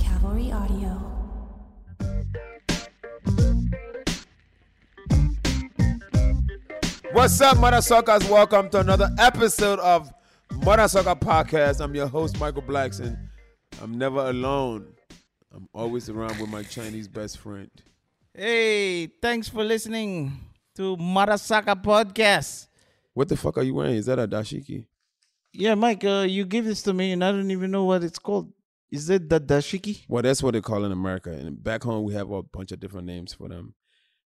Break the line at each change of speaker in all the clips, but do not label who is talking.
Cavalry Audio.
What's up, Mother Suckers? Welcome to another episode of Mother Sucker Podcast. I'm your host, Michael Blackson. I'm never alone. I'm always around with my Chinese best friend.
Hey, thanks for listening to Marasaka Podcast.
What the fuck are you wearing? Is that a dashiki?
Yeah, Mike, uh, you give this to me and I don't even know what it's called. Is it the dashiki?
Well, that's what they call in America. And back home, we have a bunch of different names for them.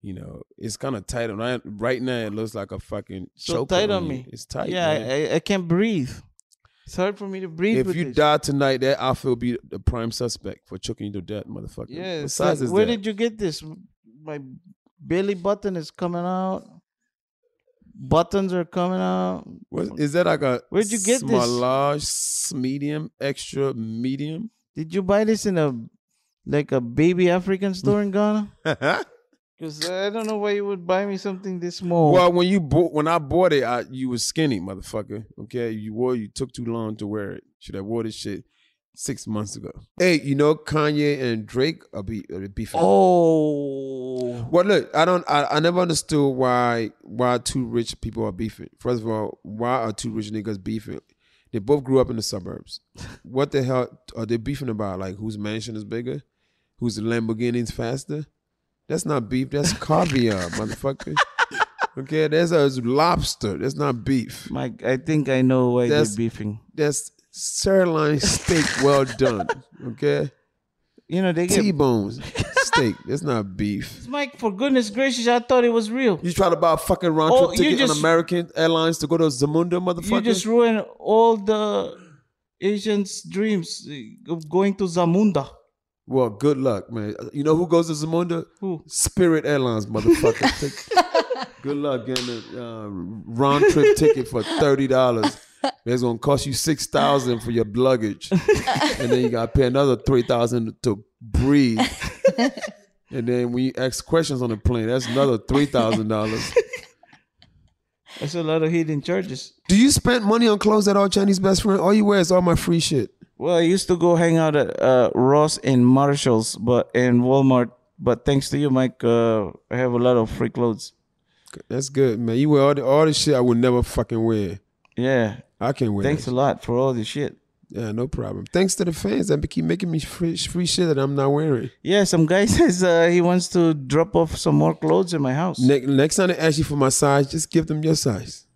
You know, it's kind of tight. on- Right, right now, it looks like a fucking
So
choker
tight on
you.
me.
It's tight.
Yeah,
man.
I, I, I can't breathe. It's hard for me to breathe.
if
with
you
this.
die tonight, that outfit will be the prime suspect for choking you to death, motherfucker.
yeah.
What
it's
size
like,
is
uh, where
that?
did you get this? My belly button is coming out. Buttons are coming out.
What, is that like a
Where'd you get this?
small, large, s- medium, extra, medium?
Did you buy this in a like a baby African store in Ghana?
well,
Because I don't know why you would buy me something this small.
when you bought, when I bought it, I, you was skinny, motherfucker. Okay, you wore, you took too long to wear it. Should have wore this shit six months ago. Hey, you know Kanye and Drake are be are beefing.
Oh.
Well, look, I don't, I, I never understood why why two rich people are beefing. First of all, why are two rich niggas beefing? They both grew up in the suburbs. What the hell are they beefing about? Like whose mansion is bigger, whose Lamborghini's faster? That's not beef. That's caviar, motherfucker. Okay, that's a lobster. That's not beef.
Mike, I think I know why
That's-
they're beefing.
That's sirloin steak, well done. Okay,
You know, they get.
T-bones steak. That's not beef.
Mike, for goodness gracious, I thought it was real.
You try to buy a fucking round trip
Oh, you
ticket on
just-
American Airlines to go to Zamunda,
You
motherfucker.
just ruined all the Asians' dreams uh, of going to Zamunda.
well, good luck, man. You know who goes to Zamunda?
Who?
Spirit Airlines, motherfucker. Take- good luck getting a uh, round trip ticket for thirty dollars. It's gonna cost you six thousand for your luggage, and then you gotta pay another three thousand to breathe. And then when you ask questions on the plane, that's another three thousand dollars.
That's a lot of hidden charges.
Do you spend money on clothes at all, Chinese best friend? All you wear is all my free shit.
Well, I used to go hang out at uh, Ross and Marshalls, but and Walmart. But thanks to you, Mike, uh, I have a lot of free clothes.
That's good, man. You wear all the all the shit I would never fucking wear.
Yeah.
I can wear.
Thanks a
that.
lot for all this shit.
Yeah, no problem. Thanks to the fans that keep making me free, free shit that I'm not wearing.
Yeah, some guy says uh, he wants to drop off some more clothes in my house.
Ne- next time they ask you for my size, just give them your size.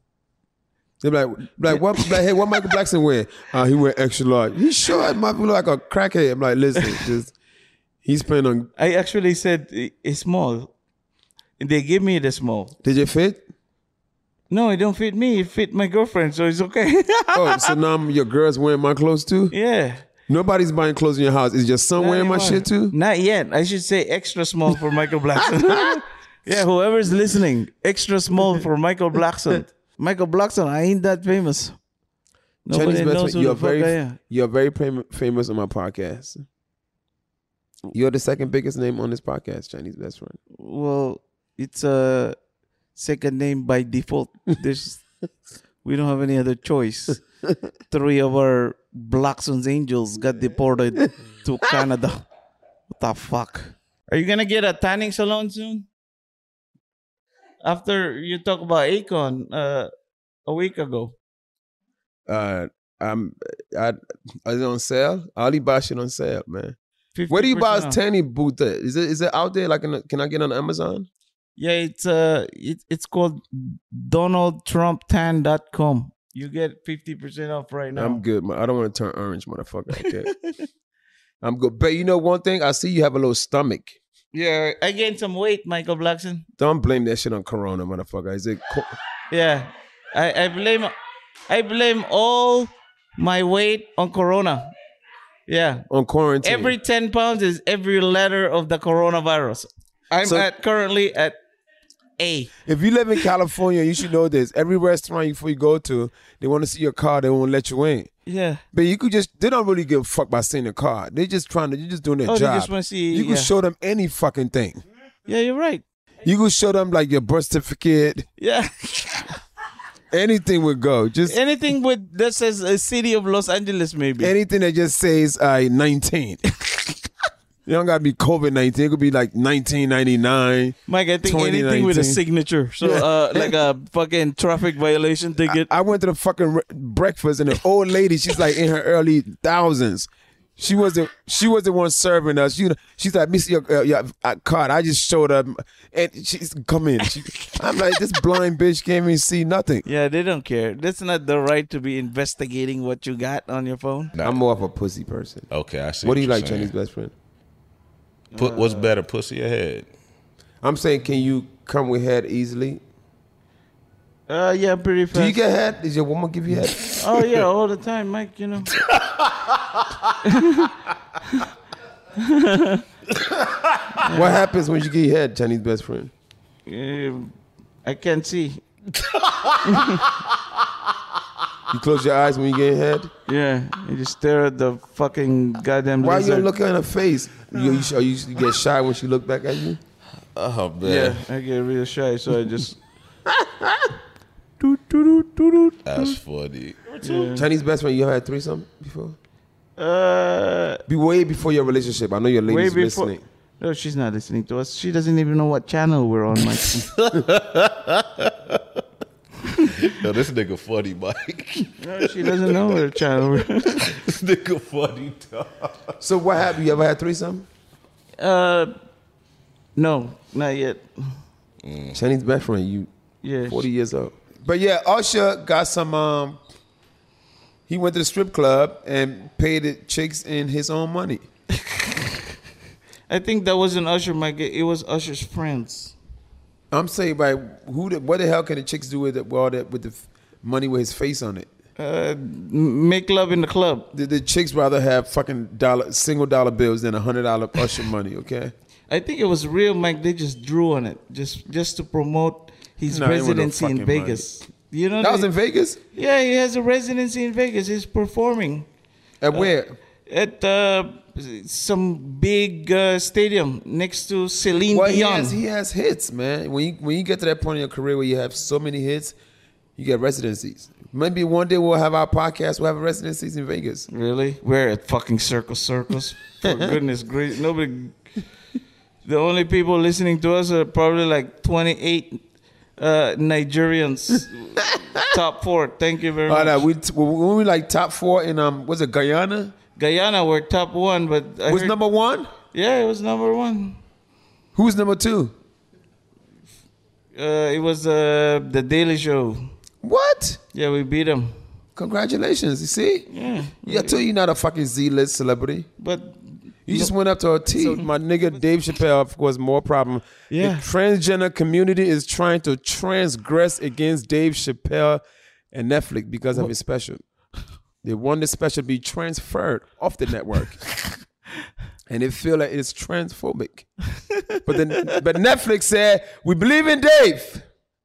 They're like, like what? Like, hey, what Michael Blackson wear? Uh, he wear extra large. He's short. Might look like a crackhead. I'm like, listen, just he's playing on.
I actually said "I- it's small. And They gave me the small.
Did you fit?
No, it don't fit me. It fit my girlfriend, so it's okay.
Oh, so now I'm- your girl's wearing my clothes too.
yeah.
Nobody's buying clothes in your house. Is your son
Not
wearing my
anymore.
shit too?
Not yet. I should say extra small for Michael Blackson. yeah, whoever's listening, extra small for Michael Blackson. Michael Blackson, I ain't that famous. Nobody
best
knows
friend,
who
you're
the fuck I
very
am.
you're very fam- famous on my podcast. You're the second biggest name on this podcast, Chinese best friend.
Well, it's uh, a second name by default. There's we don't have any other choice. Three of our Blackson's angels got deported to Canada. What the fuck? Are you gonna get a tanning salon soon? After you talk about Akon uh, a week ago.
Uh, I'm I is it on sale? I only buy shit on sale, man. Where do you buy a
50% off.
tanning booth? At? Is it is it out there? Like, in, can I get on Amazon?
Yeah, it's uh it, it's called DonaldTrumpTan.com. You get fifty percent off right now.
I'm good. Man. I don't want to turn orange, motherfucker. Like that. I'm good. But you know one thing, I see you have a little stomach.
Yeah, I gained some weight, Michael Blackson.
Don't blame that shit on Corona, motherfucker. Is it? Co-
Yeah, I, I blame, I blame all my weight on Corona. Yeah,
on quarantine.
every ten pounds is every letter of the coronavirus. I'm
So-
at currently at A.
if you live in California, you should know this. Every restaurant you before you go to, they want to see your car. They won't let you in.
Yeah,
But you could just they don't really give a fuck about seeing the car. They're just trying to. You're just doing their
Oh, they
job.
just wanna see-
You
yeah.
could show them any fucking thing.
yeah, you're right.
You could show them like your birth certificate.
Yeah,
Anything would go. Just
anything with that says a city of Los Angeles, maybe.
anything that just says I 19. you don't gotta be COVID 19. It could be like 1999.
Mike, I think anything with
2019.
a signature, so uh, like a fucking traffic violation ticket.
I went to the fucking re- breakfast and an old lady. She's like in her early thousands. She wasn't. She was the one serving us. You know. She's like, Miss your, uh, your uh, card. I just showed up, and she's come in. She, I'm like, this blind bitch can't even see nothing.
yeah, they don't care. That's not the right to be investigating what you got on your phone.
I'm more of a pussy person.
Okay, I see.
What do you
you're
like,
saying.
Chinese best friend?
Put what's better, pussy or head?
I'm saying, can you come with head easily?
Uh, yeah, pretty fast.
Do you get head? Does your woman give you head?
Oh yeah, all the time, Mike. You know.
what happens when you get head, Chinese best friend?
Um, I can't see.
You close your eyes when you get head.
Yeah, you just stare at the fucking goddamn.
Why you
lizard.
don't look in her face? You, you, you, you get shy when she look back at you.
Oh
Yeah,
man,
I get real shy, so I just.
that's funny.
Chinese best friend, you ever had threesome before?
Uh,
Be way before your relationship. I know your
way
ladies
before.
listening.
No, she's not listening to us. She doesn't even know what channel we're on, Mike.
Yo, this nigga funny, Mike.
no, she doesn't know what channel we're.
this nigga funny. Dog.
So what happened? You ever had threesome?
Uh, no, not yet.
Chinese best friend, you
Yeah.
forty years old. But yeah, Usher got some. Um, he went to the strip club and paid the chicks in his own money.
I think that wasn't Usher, Mike. It it was Usher's friends.
I'm saying, by who? The, what the hell can the chicks do with, it, with all that with the f- money with his face on it?
Uh, m- make love in the club.
The, the chicks rather have fucking dollar single dollar bills than a hundred dollar Usher money. Okay.
I think it was real, Mike. They just drew on it just just to promote his
No, it wasn't no
residency in
fucking
Vegas. You know,
That was
they-
in Vegas.
yeah, he has a residency in Vegas. He's performing Uh,
At where?
at uh, some big uh, stadium next to Celine
Well, he
Dion.
has, he has hits, man. When you when you get to that point in your career where you have so many hits, you get residencies. Maybe one day we'll have our podcast. We'll have residencies in Vegas.
really? We're at fucking Circus Circus. For goodness gracious, nobody. The only people listening to us are probably like twenty-eight uh, Nigerians. Top four. Thank you very
All
much.
right, Oh, we t- when we like top four in um was it Guyana?
Guyana were top one, but I
uh, Was
heard-
number one?
yeah, it was number one.
Who's number two?
Uh, it was uh, the Daily Show.
What?
Yeah, we beat them.
Congratulations! You see,
Yeah,
yeah, too. You're not a fucking Z-list celebrity.
but
You just went up to a T. my nigga Dave Chappelle, of course, more problem.
Yeah.
The transgender community is trying to transgress against Dave Chappelle and Netflix because of his special. They want the special to be transferred off the network. and they feel like it's transphobic. but then but Netflix said, we believe in Dave.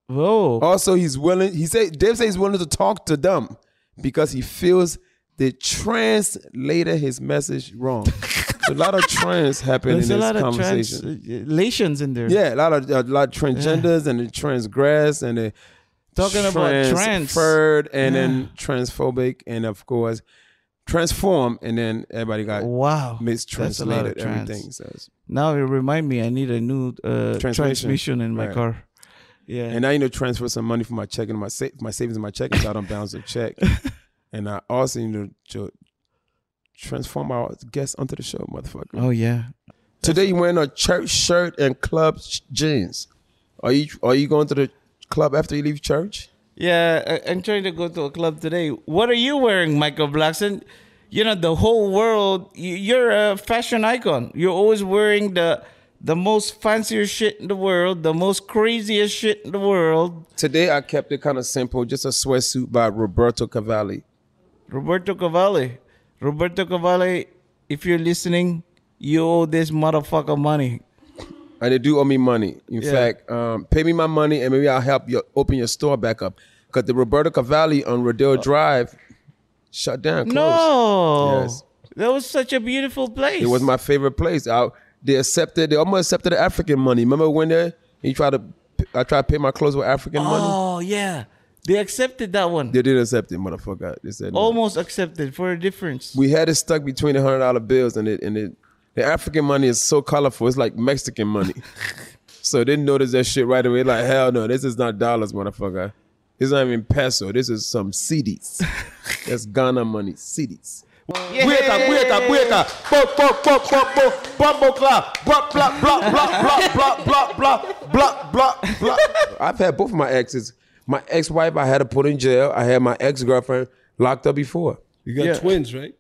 whoa,
Also, he's willing, he said Dave said he's willing to talk to them. because he feels they translated his message wrong. so a lot of trans happen
There's
in
a
this
lot of
conversation.
translations in there.
yeah, a lot of a lot of transgenders and the transgress and the
Talking about trans.
transferred and then transphobic and of course transform and then everybody got
Wow. That's a lot of
mistranslated
trans.
everything. So it's-
Now it remind me I need a new uh,
Transmission.
transmission in my
Right.
car. Yeah.
And I, you know, transfer some money from my checking, my sa- my savings, and my checking, so I don't bounce a check. and I also need to, to transform our guests onto the show, motherfucker.
oh yeah.
Today you wearing a church shirt and club sh- jeans. Are you are you going to the club after you leave church?
Yeah, I, I'm trying to go to a club today. What are you wearing, Michael Blackson? You know, the whole world. You, you're a fashion icon. You're always wearing the the most fanciest shit in the world, the most craziest shit in the world.
Today I kept it kind of simple, just a sweatsuit by Roberto Cavalli.
Roberto Cavalli, Roberto Cavalli. If you're listening, you owe this motherfucker money.
And they do owe me money. In
Yeah.
fact, um, pay me my money and maybe I'll help you open your store back up. Cause the Roberto Cavalli on
Oh.
Rodeo Drive shut down. Closed.
No,
Yes.
that was such a beautiful place.
It was my favorite place. I, they accepted. They almost accepted the African money. Remember when they he tried to, I tried to pay my clothes with African money.
Oh yeah, they accepted that one.
They did accept it, motherfucker. They said no.
Almost accepted for a difference.
We had it stuck between the hundred dollar bills and it and it. The African money is so colorful. It's like Mexican money. so they noticed that shit right away. Like hell no, this is not dollars, motherfucker. It's not even peso. This is some CDs. That's Ghana money, CDs.
Cueca, cueca, cueca. Bo, bo, bo, bo, bo. Bumble clap. Blah, blah, blah, blah, blah, blah, blah, blah, blah, blah, blah.
I've had both of my exes. My ex-wife, I had to put in jail. I had my ex-girlfriend locked up before.
You got twins, right?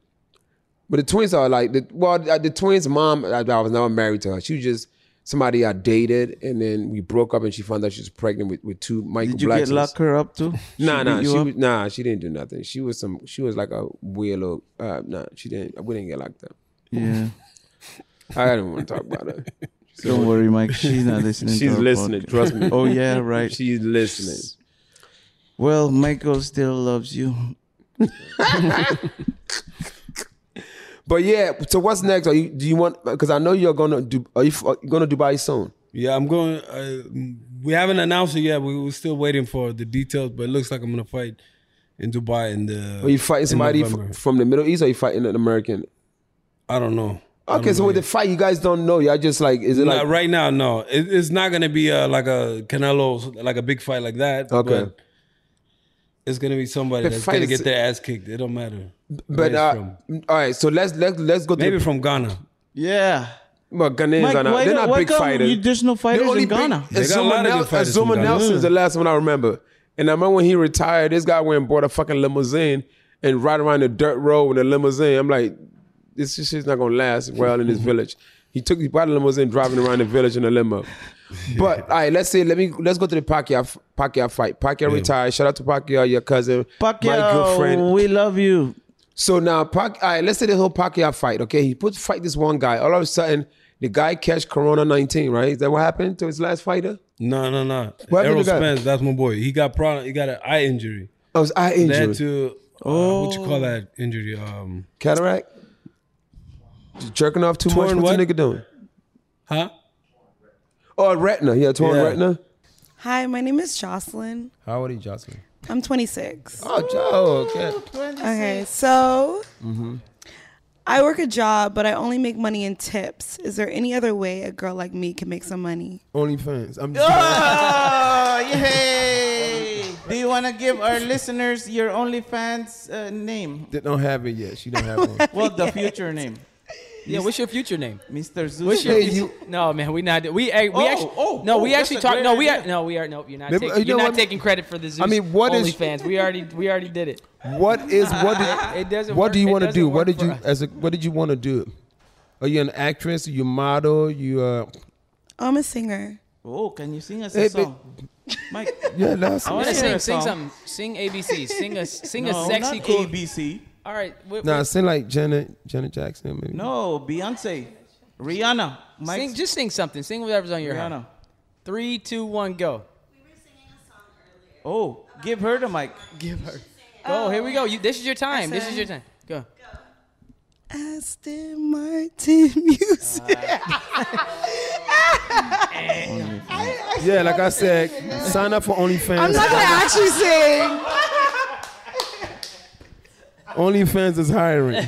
But the twins are like the well, uh, the, the twins' mom. I, I was never married to her. She was just somebody I dated, and then we broke up, and she found out she was pregnant with, with two Michael.
Did you get
Blacksons.
lock her up too?
Nah, nah,
beat
she
you
was, nah, she didn't do nothing. She was some. She was like a weird little. Uh, nah, she didn't. We didn't get locked up.
Yeah.
I don't want to talk about her.
Don't worry, Mike. She's not listening. to
She's
our
listening.
podcast.
Trust me.
Oh yeah, right.
She's listening.
Well, Michael still loves you.
But yeah, so what's next? Are you? Do you want? Because I know you're gonna do. Are you, are you gonna Dubai soon?
Yeah, I'm going. Uh, we haven't announced it yet. We, we're still waiting for the details, but it looks like I'm gonna fight in Dubai in the.
Are you fighting
in
somebody f-
November.
from the Middle East? Or are you fighting an American?
I don't know. I
Okay,
don't
so
know
with the
yet.
fight, you guys don't know. Y'all just like, is it
Nah,
like
right now, no, it, it's not gonna be uh like a Canelo, like a big fight like that.
Okay.
but it's gonna be somebody
But
that's
fight
gonna
is-
get their ass kicked. It don't matter.
But
Where
uh,
it's from.
all right, so let's let's let's go.
maybe
to,
from Ghana.
Yeah.
well, Ghanaians
Mike,
are not.
why,
They're
don't-
not
why
big
come
fighters.
You, there's no
They're
fighters
only
in
big-
Ghana.
They got a lot
Azuma
of good
Nel-
fighters
Azuma
from Ghana.
Nelson's the last one I remember, and I remember when he retired. This guy went and bought a fucking limousine and ride around the dirt road in a limousine. I'm like, this shit's not gonna last well in this village. He took he bought a limousine driving around the village in a limo. But all right, let's say let me let's go to the Pacquiao Pacquiao fight. Pacquiao retired. Shout out to Pacquiao, your cousin, my good friend.
Pacquiao, we love you.
So now, Pac, all right, let's say the whole Pacquiao fight. Okay, he put fight this one guy. All of a sudden, the guy catch Corona nineteen. Right? Is that what happened to his last fighter?
No, no, no.
What happened
Errol
to that?
Spence, that's my boy. He got problem. He got an eye injury.
I was eye
They
injury,
had to. Oh, what you call that injury? Um,
cataract, Just jerking off too
Torn
much. What's the
what?
nigga doing?
huh?
Oh, retina. Yeah, torn
Yeah.
retina.
Hi, my name is Jocelyn.
How old are you, Jocelyn?
I'm 26.
Oh, Joe. Okay.
Okay, so
Mm-hmm.
I work a job, but I only make money in tips. Is there any other way a girl like me can make some money?
OnlyFans. I'm
Oh, yay! Do you want to give our listeners your OnlyFans uh, name?
they don't have it yet. She don't have one.
Well, the future name,
Yeah, what's your future name?
Mr. Zeus.
What's your future? No, man, we not. We, ac- we
Oh,
actually.
oh,
no,
oh,
we
that's
actually
a
talked.
great
No, we.
idea.
Are, no, we are. No, you're not.
Maybe- uh,
taking,
you
you're
know
not
what?
taking credit for this.
I mean, what is-
fans? We already. We already did it.
What is what? Did,
It- it doesn't
What
work-
do you
it
want to
doesn't
do? What
work
did
for
you
us.
as a? What did you want to do? Are you an actress? Are you a model? You uh?
I'm a singer.
Oh, can you sing us
Hey,
a song? Mike,
Yeah, that's.
I
I'm
want
gonna sing.
to
Sing something. Sing ABC. Sing a. Sing
No,
a sexy.
not
cool-
ABC.
All right. Wait,
Nah,
wait.
sing like Janet Janet Jackson. Maybe.
No, Beyonce, Rihanna, Mike,
Sing. Just sing something. Sing whatever's on your
Rihanna.
heart. Three, two, one, go.
Oh, give her the mic.
Give her. Go. Here we go. You, this is your time. This is your time. Go.
Aston Martin music.
Ah.
Yeah, like I said, sign up for OnlyFans.
I'm not gonna actually sing.
OnlyFans is hiring.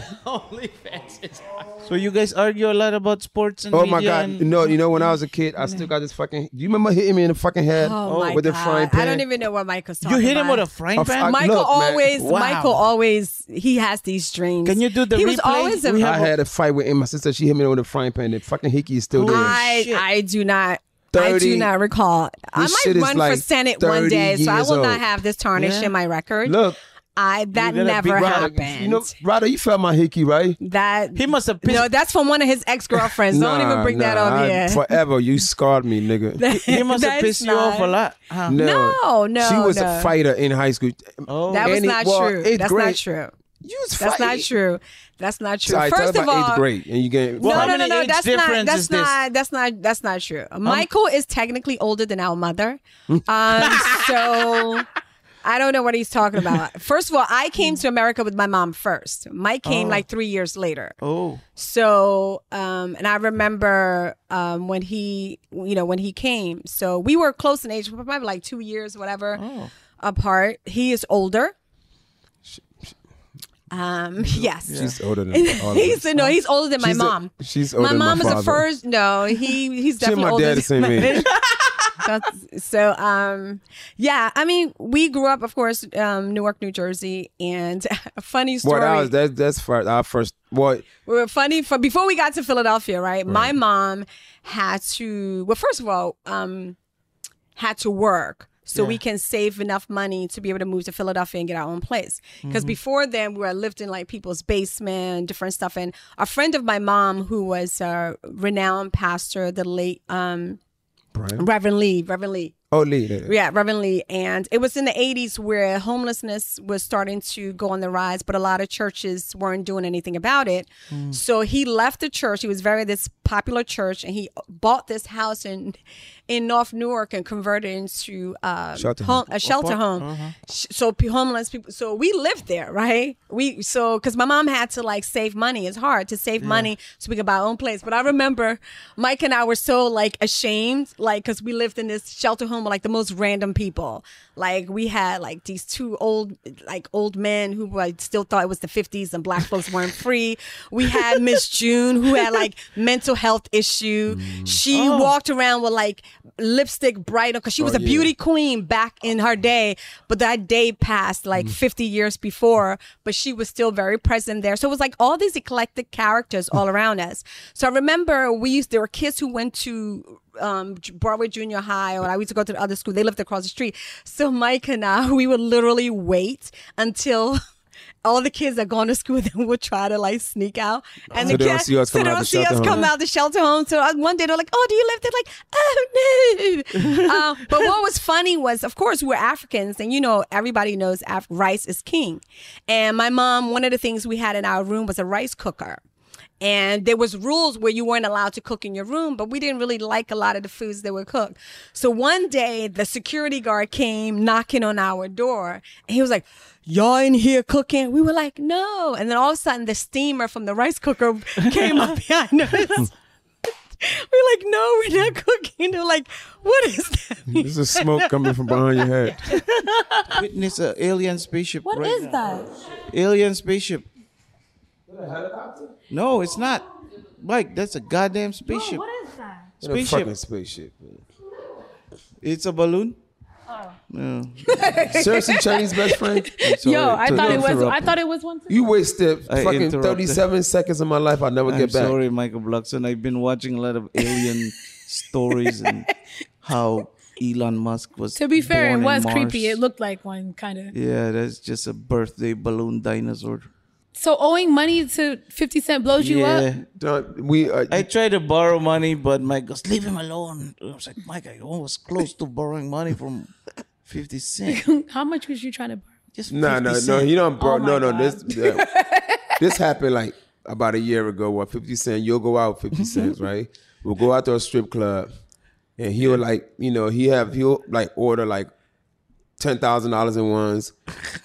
So you guys argue a lot about sports and
Oh my
media
god!
and-
No, you know when I was a kid, I still got this fucking. Do you remember hitting me in the fucking head
Oh my
with the
God.
frying pan?
I don't even know what Michael's
You
talking
hit him
about.
with a frying A pan? fuck-
Michael
look, man.
always,
Wow.
Michael always, he has these dreams. Can you do
the
He was
replay?
always a.
I had a fight with my sister. She hit me with a frying pan. The fucking hickey is still there.
I, I do not. I
30
do not recall. I
This shit
might
is
run for
like
Senate one
30
day, so I
years
will not
old.
have this tarnish
Yeah.
in my record.
Look.
I that
You gotta beat
never
Ryder.
happened.
You know, Ryder, you felt my hickey, right?
that
he must have.
No, that's from one of his ex girlfriends. Don't even
Nah,
bring that
nah,
up
I-
here.
Forever, you scarred me, nigga.
He must have
That's
pissed you off a
not-
lot.
No, no,
She was
no.
a fighter in high school.
Oh.
That was
Any-
not
well,
true.
eighth
That's
grade-
not true. that's not
fighting.
true. That's not true.
Sorry,
First
talk
of
about
all,
eighth grade, and you get
no, no, no, no. That's not. That's not. That's not. That's not true.
Um,
Michael is technically older than our mother, um, so I don't know what he's talking about. First of all, I came to America with my mom first. Mike came
Oh.
like three years later.
Oh.
So, um, and I remember um, when he, you know, when he came. So we were close in age, probably like two years, whatever,
Oh.
apart. He is older. Um. Yes.
She's older than all of
he's
us.
no. He's older than my
She's a-
mom.
she's older
My
than my
mom is the
father.
first. No, he he's
She and
definitely
my
older
dad the
than
same age.
That's- so um yeah. I mean, we grew up, of course, um, Newark, New Jersey, and a funny story.
Well, that was that, that's for our first. Well,
We were funny for before we got to Philadelphia, right? My mom had to well, first of all, um, had to work so
Yeah.
we can save enough money to be able to move to Philadelphia and get our own place. Because
Mhm.
before then, we were lived in like people's basement, different stuff. And a friend of my mom, who was a renowned pastor, the late um,
Brian?
Reverend Lee, Reverend Lee.
oh, Lee. there it is.
Yeah, Reverend Lee. And it was in the 80s where homelessness was starting to go on the rise, but a lot of churches weren't doing anything about it.
Mm.
So he left the church. He was very this popular church and he bought this house in in North Newark and converted it into um,
Shelter
home-
home.
a shelter home.
Uh-huh.
Sh- So p- homeless people. So we lived there, right? We so because my mom had to like save money. It's hard to save
Yeah.
money so we could buy our own place. But I remember Mike and I were so like ashamed, like because we lived in this shelter home with like the most random people. Like we had like these two old like old men who like still thought it was the fifties and black folks weren't free. We had Miss June who had like mental health issue.
Mm.
She walked around with like lipstick bright because she was
Oh,
a
yeah.
beauty queen back in her day, but that day passed like
Mm.
50 years before, but she was still very present there. So it was like all these eclectic characters
Mm.
all around us. So I remember we used, there were kids who went to um, J- Broadway Junior High, or I used to go to the other school. They lived across the street. So Mike and I, we would literally wait until. All the kids that gone to school, then would try to like sneak out, and
So they
the
don't
kids
see us
so they
coming out
don't
the
see us
shelter
come
home.
out the shelter home. So I- one day they're like, "Oh, do you live there?" Like, "Oh no." um, but what was funny was, of course, we're Africans, and you know everybody knows Af- rice is king. And my mom, one of the things we had in our room was a rice cooker. And there was rules where you weren't allowed to cook in your room, but we didn't really like a lot of the foods that were cooked. So one day the security guard came knocking on our door and he was like, Y'all in here cooking? We were like, No. And then all of a sudden the steamer from the rice cooker came up behind us. We're like, no, we're not cooking. They're like, what is that?
This is smoke coming from behind your head.
Witness an alien spaceship.
What
right
is
now.
that?
Alien spaceship. No, it's not. Mike, that's a goddamn spaceship.
is that?
What a
Spaceship.
fucking spaceship.
It's a balloon.
Oh.
No.
Seriously, Chinese best friend. I'm sorry
Yo, I
to
thought it was.
interrupt.
I thought it was one.
You wasted
I
fucking
interrupted.
thirty-seven seconds of my life. I never
I'm
get back.
sorry, Michael Blackson. I've been watching a lot of alien stories and how Elon Musk was.
To be fair,
born
it
in
was
Mars.
creepy. It looked like one kind of.
Yeah, that's just a birthday balloon dinosaur.
So owing money to Fifty Cent blows you up.
Don't, we. uh,
I tried to borrow money, but Mike goes, "Leave him alone." I was like, "Mike, I was close to borrowing money from Fifty Cent."
How much was you trying to borrow?
Just
No, no, no. You don't,
Oh
bro. no, no. This yeah. this happened like about a year ago. What Fifty Cent? You'll go out Fifty
Mm-hmm.
Cent, right? We'll go out to a strip club, and he'll like, you know, he have he'll like order like ten thousand dollars in ones.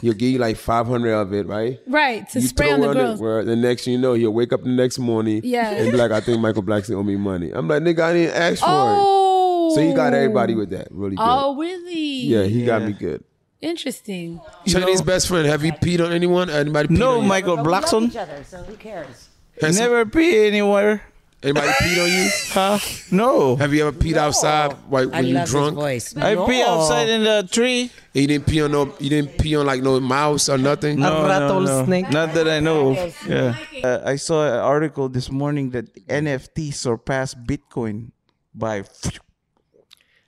He'll give you like five hundred of it, right?
Right, to
you
spray
throw
on the
on
girls.
it, where the next thing you know, he'll wake up the next morning
Yeah.
and be like, I think Michael Blackson owe me money. I'm like, nigga, I didn't ask for
Oh.
it. So he got everybody with that. Really good.
Oh, really?
yeah, he got me good.
Interesting.
Chinese best friend, have you peed on anyone? Anybody peed
No,
on you?
Michael Blackson.
other, so who cares?
Has-
Never pee anywhere.
Anybody peed on you?
Huh? No.
Have you ever peed outside while
I
when you
love his
drunk?
voice. I pee No. outside in the tree.
You didn't pee on no. You didn't pee on like no mouse or nothing.
No, no, no. Not that I know of. Yeah. Uh, I saw an article this morning that NFT surpassed Bitcoin by.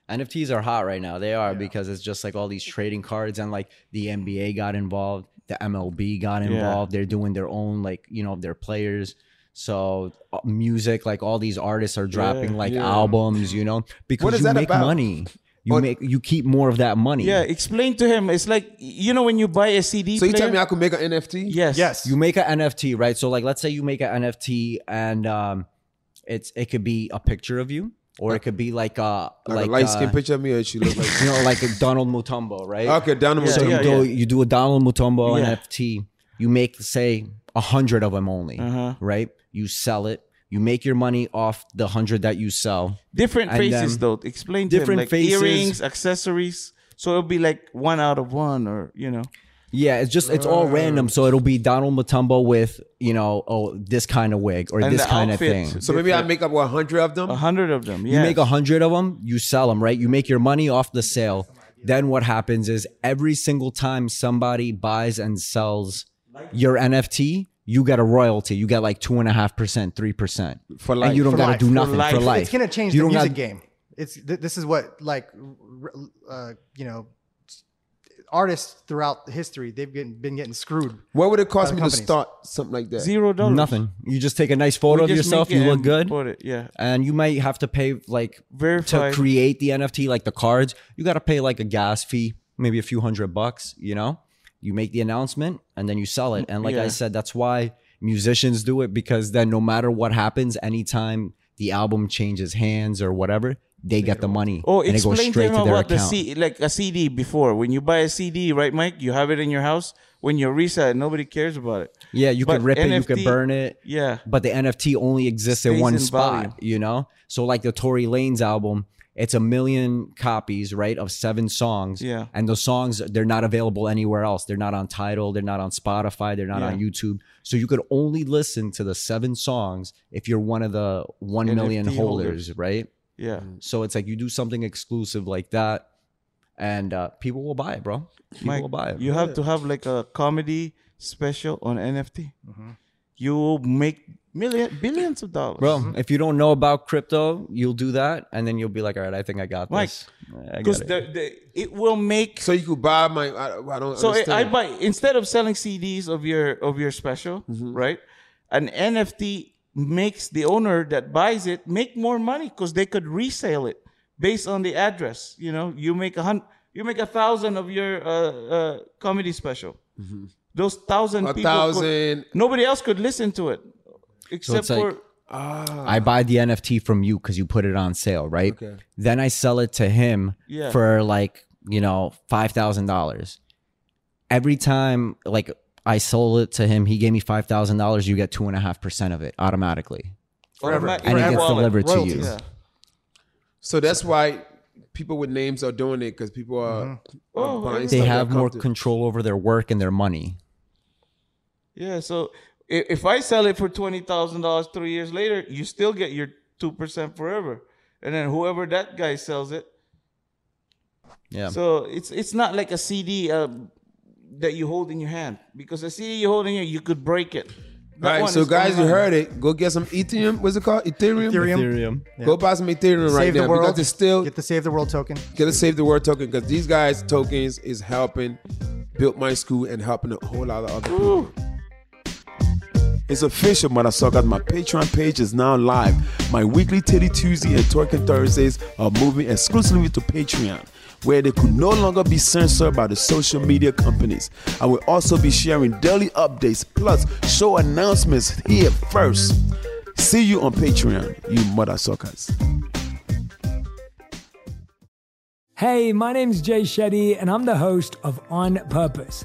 NFTs are hot right now. They are because it's just like all these trading cards and like the NBA got involved, the MLB got
Yeah.
involved. They're doing their own like you know their players. So uh, music, like all these artists are dropping
Yeah,
like
yeah.
albums, you know, because
is
you
that
make
about?
money. You make you keep more of that money.
Yeah, explain to him. It's like you know when you buy a CD.
So you tell
player?
me I
could make an NFT?
Yes.
You make an NFT, right? So like let's say you make an NFT and um it's it could be a picture of you or
Uh,
it could be like a
Like,
like
a light skin
uh,
picture of me, or she look like
you know like a Donald Mutombo, right?
Okay, Donald
So
Mutombo.
you
Yeah,
do
yeah.
you do a Donald Mutombo
Yeah.
NFT. You make say a hundred of them only,
Uh-huh.
right? You sell it. You make your money off the hundred that you sell.
Different
And
faces
then-
though. Explain to him
different
like
faces.
earrings, accessories. So it'll be like one out of one, or you know.
Yeah, it's just it's all random. So it'll be Donald Mutombo with you know oh this kind of wig or this kind of thing.
So maybe I make up a hundred of them. A
hundred of them.
You make a hundred of them, you sell them, right? You make your money off the sale. Then what happens is every single time somebody buys and sells your NFT, you get a royalty. You get like two and a half percent, three percent
for
And you don't gotta do nothing for life.
It's gonna change
You
the
don't
music
gotta-
game. It's th- this is what like r- r- uh, you know artists throughout history they've been been getting screwed.
What would it
by
cost
the
me
companies.
to start something like that?
Nothing. You just take a nice photo of
just
yourself.
make it
You look
and
good.
put it, yeah.
And you might have to pay like
Verify.
to create the NFT, like the cards. You got to pay like a gas fee, maybe a few hundred bucks. You know, you make the announcement and then you sell it. And like I
Yeah.
said, that's why musicians do it because then no matter what happens, anytime the album changes hands or whatever, they get the money
Oh,
and it goes
explain to
straight
him
to their
about the
account.
C, like a CD before. When you buy a CD, right, Mike? You have it in your house. When you reset, it, nobody cares about it.
Yeah, you
But
could rip it, you
NFT
could burn it.
Yeah.
But the NFT only exists
Stays
in one
in
spot,
value.
you know? So like the Tory Lanez album, it's a million copies, right, of seven songs.
Yeah.
And those songs, they're not available anywhere else. They're not on Tidal, they're not on Spotify, they're not
Yeah.
on YouTube. So you could only listen to the seven songs if you're one of the one million
NFT holders.
holders, right?
Yeah.
So it's like you do something exclusive like that, and uh, people will buy it, bro. People
Mike,
will buy it.
you have to have like a comedy special on NFT. You will make million billions of dollars.
Bro, if you don't know about crypto, you'll do that, and then you'll be like, "All right, I think I got
Mike,
this." I
because
got it.
it will make.
So you could buy my. I, I don't.
So eh, I,
understand.
I buy instead of selling CDs of your of your special,
Mm-hmm.
right? An NFT makes the owner that buys it make more money because they could resale it based on the address. You know, you make a hun- you make a thousand of your uh, uh, comedy special. Those thousand,
Mm-hmm. A
people could-
thousand-
nobody else could listen to it
So
except
it's like-
for.
Ah.
I buy the NFT from you because you put it on sale, right?
Okay.
Then I sell it to him
Yeah.
for like you know five thousand dollars. Every time, like I sold it to him, he gave me five thousand dollars. You get two and a half percent of it automatically,
Forever.
and
Forever.
it gets
Wallet.
delivered to you.
Royalties. Yeah. So that's why people with names are doing it because people are.
Mm-hmm.
are
Oh,
buying
They
stuff
have
that
more
comes to-
control over their work and their money.
Yeah, so if, if I sell it for twenty thousand dollars three years later, you still get your two percent forever, and then whoever that guy sells it.
Yeah.
So it's it's not like a CD uh, that you hold in your hand because a CD you hold in your you could break it.
All right, so guys, you heard it. Go get some Ethereum. What's it called? Ethereum.
Ethereum. Ethereum.
Go buy some Ethereum right
Save the
now. We got
world.
this still
Get the save the world token.
Get a save the world token because these guys' tokens is helping build my school and helping a whole lot of other people.
It's official, motherfuckers. My Patreon page is now live. My weekly Titty Tuesday and Twerking Thursdays are moving exclusively to Patreon, where they could no longer be censored by the social media companies. I will also be sharing daily updates plus show announcements here first. See you on Patreon, you motherfuckers.
Hey, my name's Jay Shetty, and I'm the host of On Purpose.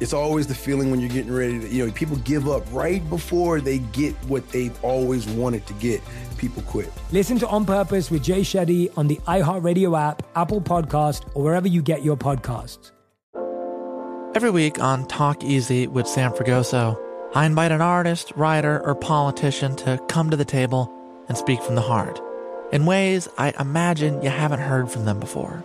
It's always the feeling when you're getting ready to, you know, people give up right before they get what they've always wanted to get. People quit.
Listen to On Purpose with Jay Shetty on the iHeartRadio app, Apple Podcast, or wherever you get your podcasts.
Every week on Talk Easy with Sam Fragoso, I invite an artist, writer, or politician to come to the table and speak from the heart in ways I imagine you haven't heard from them before.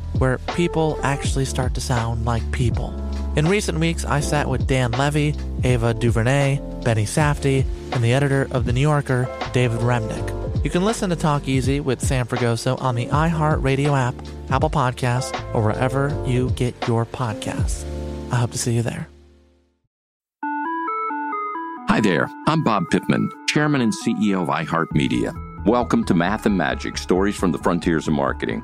where people actually start to sound like people. In recent weeks, I sat with Dan Levy, Ava DuVernay, Benny Safdie, and the editor of The New Yorker, David Remnick. You can listen to Talk Easy with Sam Fragoso on the iHeartRadio app, Apple Podcasts, or wherever you get your podcasts. I hope to see you there.
Hi there, I'm Bob Pittman, Chairman and CEO of iHeartMedia. Welcome to Math and Magic Stories from the Frontiers of Marketing.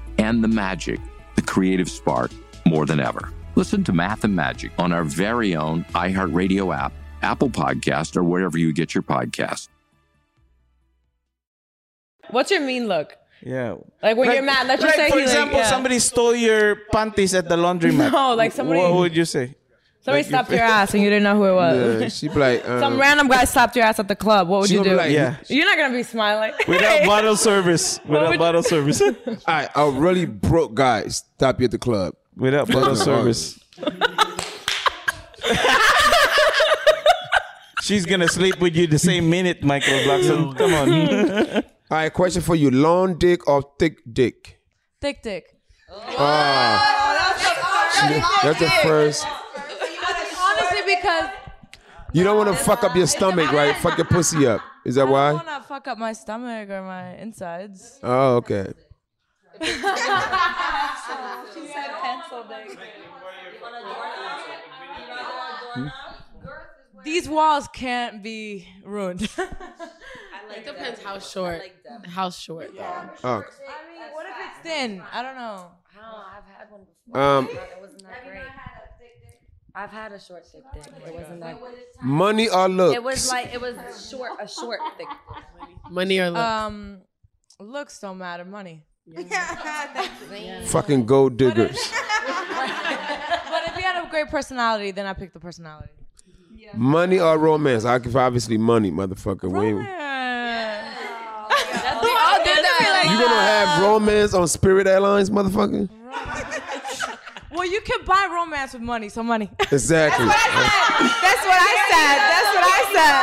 and the magic, the creative spark, more than ever. Listen to Math and Magic on our very own iHeartRadio app, Apple Podcast, or wherever you get your podcast.
What's your mean look?
Yeah.
Like when you're mad, let's just
like,
say
for
he, like,
example,
yeah.
somebody stole your panties at the laundromat.
No, like somebody-
What would you say?
Somebody
Like,
slapped
you-
your ass and you didn't know who it was.
Yeah, she be like,
Some
um,
random guy slapped your ass at the club. What would
she
you
gonna
do?
be like, Yeah.
You're not gonna be smiling.
Without bottle service.
Without would- bottle
service. All
right, a really broke guy stop you at the club.
Without bottle service. She's gonna sleep with you the same minute, Michael Blackson. Come on.
All right, question for you: long dick or thick dick?
Thick dick.
Ah, that's the first.
Honestly, because
You don't want to fuck up your stomach, right? Fuck your pussy up. Is that
I
why?
don't wanna fuck up my stomach or my insides.
Oh, okay.
she said pencil dick. These walls can't be ruined.
It depends how short. How short.
Oh.
what if it's thin? I don't know.
I've had one before.
Um,
it wasn't that great. I've had a short thick dick. It wasn't that.
Money or looks?
It was like it was short, a short thick.
Money or looks?
Um, looks don't matter. Money.
fucking gold diggers.
but if you had a great personality, then I pick the personality.
Money or romance? I could obviously money, motherfucker. Wait.
we all did that.
You gonna have romance on Spirit Airlines, motherfucker?
Well, you can buy romance with money, so money.
Exactly.
That's what I said. That's what I said.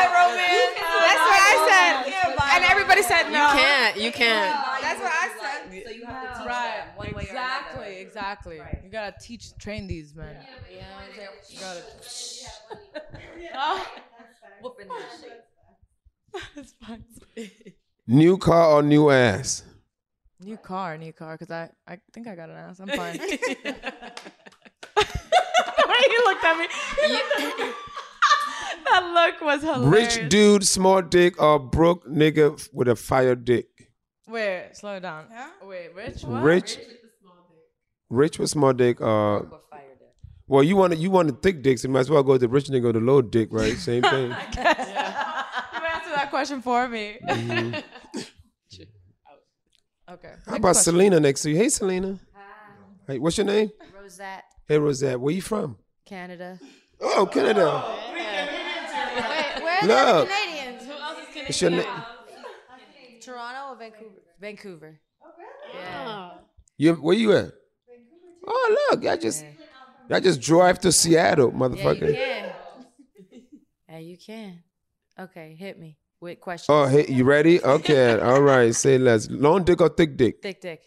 That's what I said. And everybody said no.
You can't. You can't.
That's what I said. So you have to teach right. exactly, exactly. You gotta teach, train these men. Yeah. You gotta. Oh. That's fine.
New car or new ass?
New car, new car, because I, I think I got an ass. I'm fine. the way he looked at me. he looked at me. that look was hilarious.
Rich dude, small dick, or broke nigga f- with a fire dick.
Wait, slow down. Wait, Rich what?
Rich, rich with small dick. Uh, well, you want you want the thick dicks. You might as well go with the rich nigga or the low dick, right? Same thing.
I guess. You answered that question for me. Mm-hmm.
Mhm.
okay.
How about Selena next to you? Hey, Selena. Hey, what's your name?
Rosette,
Hey, Rosette. Where you from?
Canada.
Oh, Canada.
Wait, where are the
Look.
other Canadians? Who else is Canadian?
It's your
Toronto or Vancouver? Vancouver. Oh, really? Yeah.
You where you at? Oh, look, I just I just drive to Seattle, Oh. motherfucker.
Yeah, you can. yeah, you can. Okay, hit me with questions.
Oh, hey, you ready? Okay, all right. Say less. Long dick or thick dick?
Thick dick.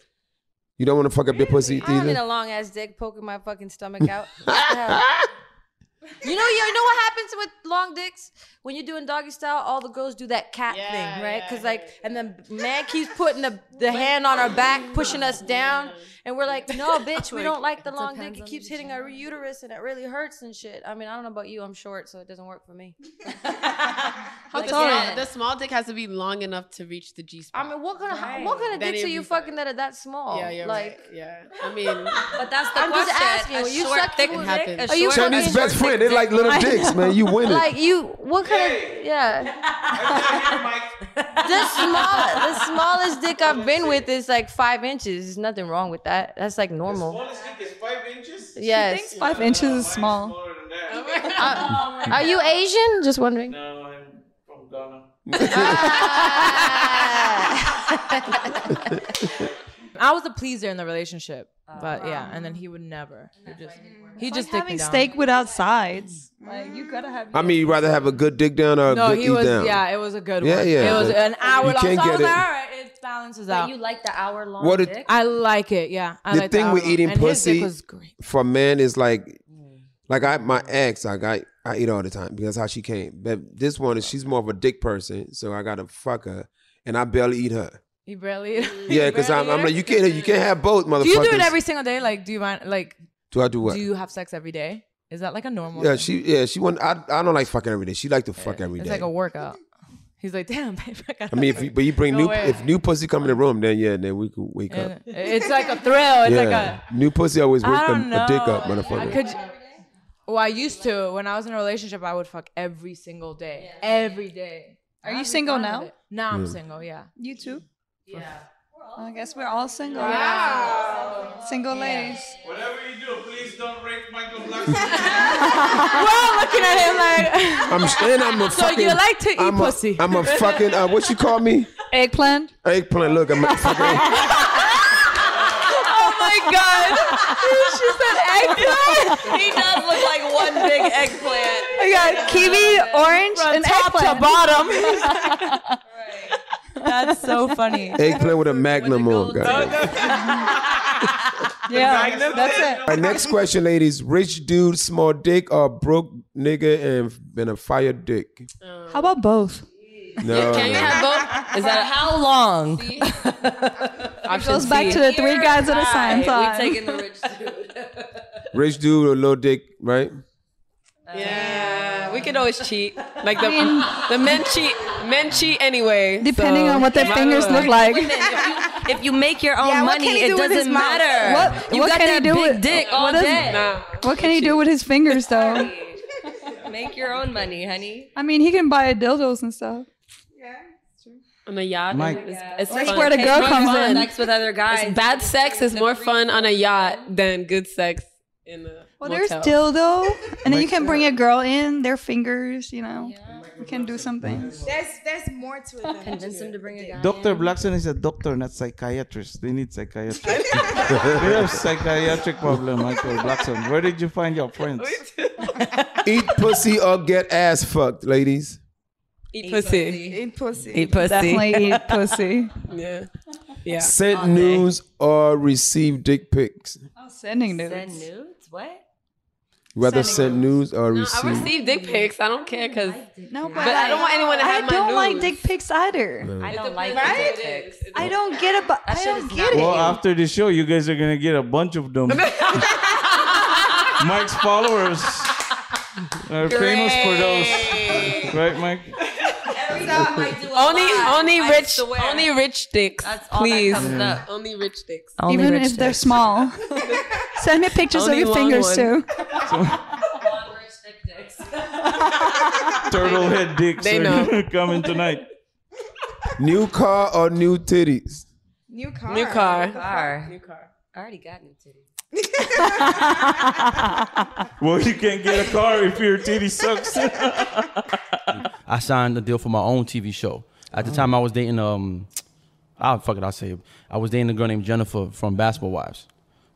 You don't want to fuck up your pussy
I don't need a
either.
long ass dick poking my fucking stomach out. What the hell? you know, you know what happens with long dicks when you're doing doggy style. All the girls do that cat thing, right? Because like, and then man keeps putting the, the hand on our back, pushing us down, and we're like, no, bitch, we don't like the long dick. It keeps hitting our uterus, and it really hurts and shit. I mean, I don't know about you. I'm short, so it doesn't work for me.
But the,
Like,
small,
yeah.
the small dick has to be long enough to reach the G spot.
I mean, what kind of
Right.
what kind of
Then
dicks
it'd
are you
be
fucking that are that small?
Yeah, you're
like,
right. Yeah. I mean,
but that's the I'm just question. asking, A when you short, suck thick through a happens. dick, a Are you short
Chinese
dick-
best friend, they like little dicks, man. You winning?
Like you, what kind of yeah? the smallest, the smallest dick I've been with is like five inches. There's nothing wrong with that. That's like normal. Yes.
She thinks five inches is small.
Uh, are you Asian? Just wondering.
No, I'm from Ghana.
Ah. I was a pleaser in the relationship, but yeah, and then he would never. He just, he
It's
just
like
dicked me
having
down.
steak without sides. Like you gotta have.
I mean, you rather have a good dick down or a
No,
good
he
eat
was.
down.
Yeah, it was a good
Yeah,
one.
yeah.
It was an hour
You
long.
can't
so I
get
was
it.
like, all right, it balances
But
out.
you like the hour long
What it-
dick?
I like it. Yeah, I
the
like
thing
the
with
hour-long.
eating
And his dick
pussy
was
for men is like, like I my ex, like I I eat all the time because how she came. But this one is she's more of a dick person, so I gotta fuck her, and I barely eat her.
You barely.
Yeah, because I'm, I'm like you can't you can't have both, motherfuckers.
Do you do it every single day? Like, do you mind? Like,
Do I do what?
do you have sex every day? Is that like a normal?
yeah,
thing?
she yeah she want I I don't like fucking every day. She like to fuck every
It's
day.
like a workout. He's like, damn, babe, I got.
I mean, if you, but you bring new
way.
if new pussy come in the room, then yeah, then we could wake up.
It's like a thrill. Oh, It's like a.
yeah, new pussy always
I
wakes a,
don't
a dick up,
know.
motherfucker.
I could. Well, I used to when I was in a relationship. I would fuck every single day, every day.
Are
I
you
was
single
fine with
now?
it. Now I'm
Yeah.
single. Yeah.
You too.
Yeah.
I guess we're all single.
Wow.
Single
Yeah.
ladies.
Whatever you do, please don't rape Michael Black.
We're all looking at him like.
I'm and I'm a
So
fucking.
you like to eat
I'm
pussy.
A, I'm a fucking. Uh, what you call me?
Eggplant.
Eggplant. Look, I'm a fucking.
oh my god.
she said eggplant.
he does look like one big eggplant.
I got kiwi, orange,
From
and
top
eggplant.
to bottom. That's so funny.
eggplant with a magnum on. goddamn.
Yeah, that's it.
Our next question, ladies: Rich dude, small dick, or broke nigga and been a fire dick?
How about both?
No.
Can you
no.
have
both?
Is that
how long?
It goes back to the three guys at a time.
Right,
time.
we taking the
rich
Rich dude or low dick, right?
yeah, we could always cheat. Like the
I mean-
the men cheat, men cheat anyway.
Depending on what their
might as
fingers
well.
look like.
If you, if you make your own
Yeah, what
money,
can he do
it
with his
doesn't
mouth?
matter.
What-
you
what
got
can he
that
do
big
with-
dick
what
all
does-
day.
What can he do with his fingers though?
Make your own money, honey.
I mean, he can buy dildos and stuff.
on a yacht.
Mike.
It's, it's
That's
fun.
where the
It's
girl
more
comes
fun.
in.
Sex with other guys.
It's bad sex is more fun on a yacht than good sex in a
Well, there's
motel.
dildo, and then you can bring a girl in, their fingers, you know. You can do something.
There's there's more to it. Than
Convince him to bring a guy.
Dr. Blackson is a doctor, not psychiatrist. They need psychiatrist. they have psychiatric problem, Michael Blackson. Where did you find your friends?
Eat pussy or get ass fucked, ladies.
Eat pussy.
Eat pussy.
Eat pussy.
Definitely eat pussy.
Yeah. Yeah.
Sent news or receive dick pics.
Oh, sending nudes.
Send nudes? What?
You rather send news or receive?
I receive dick pics. I don't care because
no,
but, I don't want anyone to have
I
my
don't like
nudes.
dick pics either.
No. I
don't like
right?
dick
I don't get about. I don't get it.
Well, after the show, you guys are gonna get a bunch of them. Mike's followers are famous for those. right, Mike?
Every time I do a
Only,
lie,
only
I
rich,
swear.
only rich dicks,
That's all that
please.
comes
Yeah. up.
Only rich dicks.
Even if they're small. Send me pictures
Only
of your
long
fingers
ones.
too.
Turtle head dicks
They
are
know.
coming tonight.
New car or new titties?
New car.
New car.
New car.
New car.
I already got new titties.
Well, you can't get a car if your titty sucks.
I signed a deal for my own TV show. At the time, I was dating um, ah fuck it, I'll say it. I was dating a girl named Jennifer from Basketball Wives.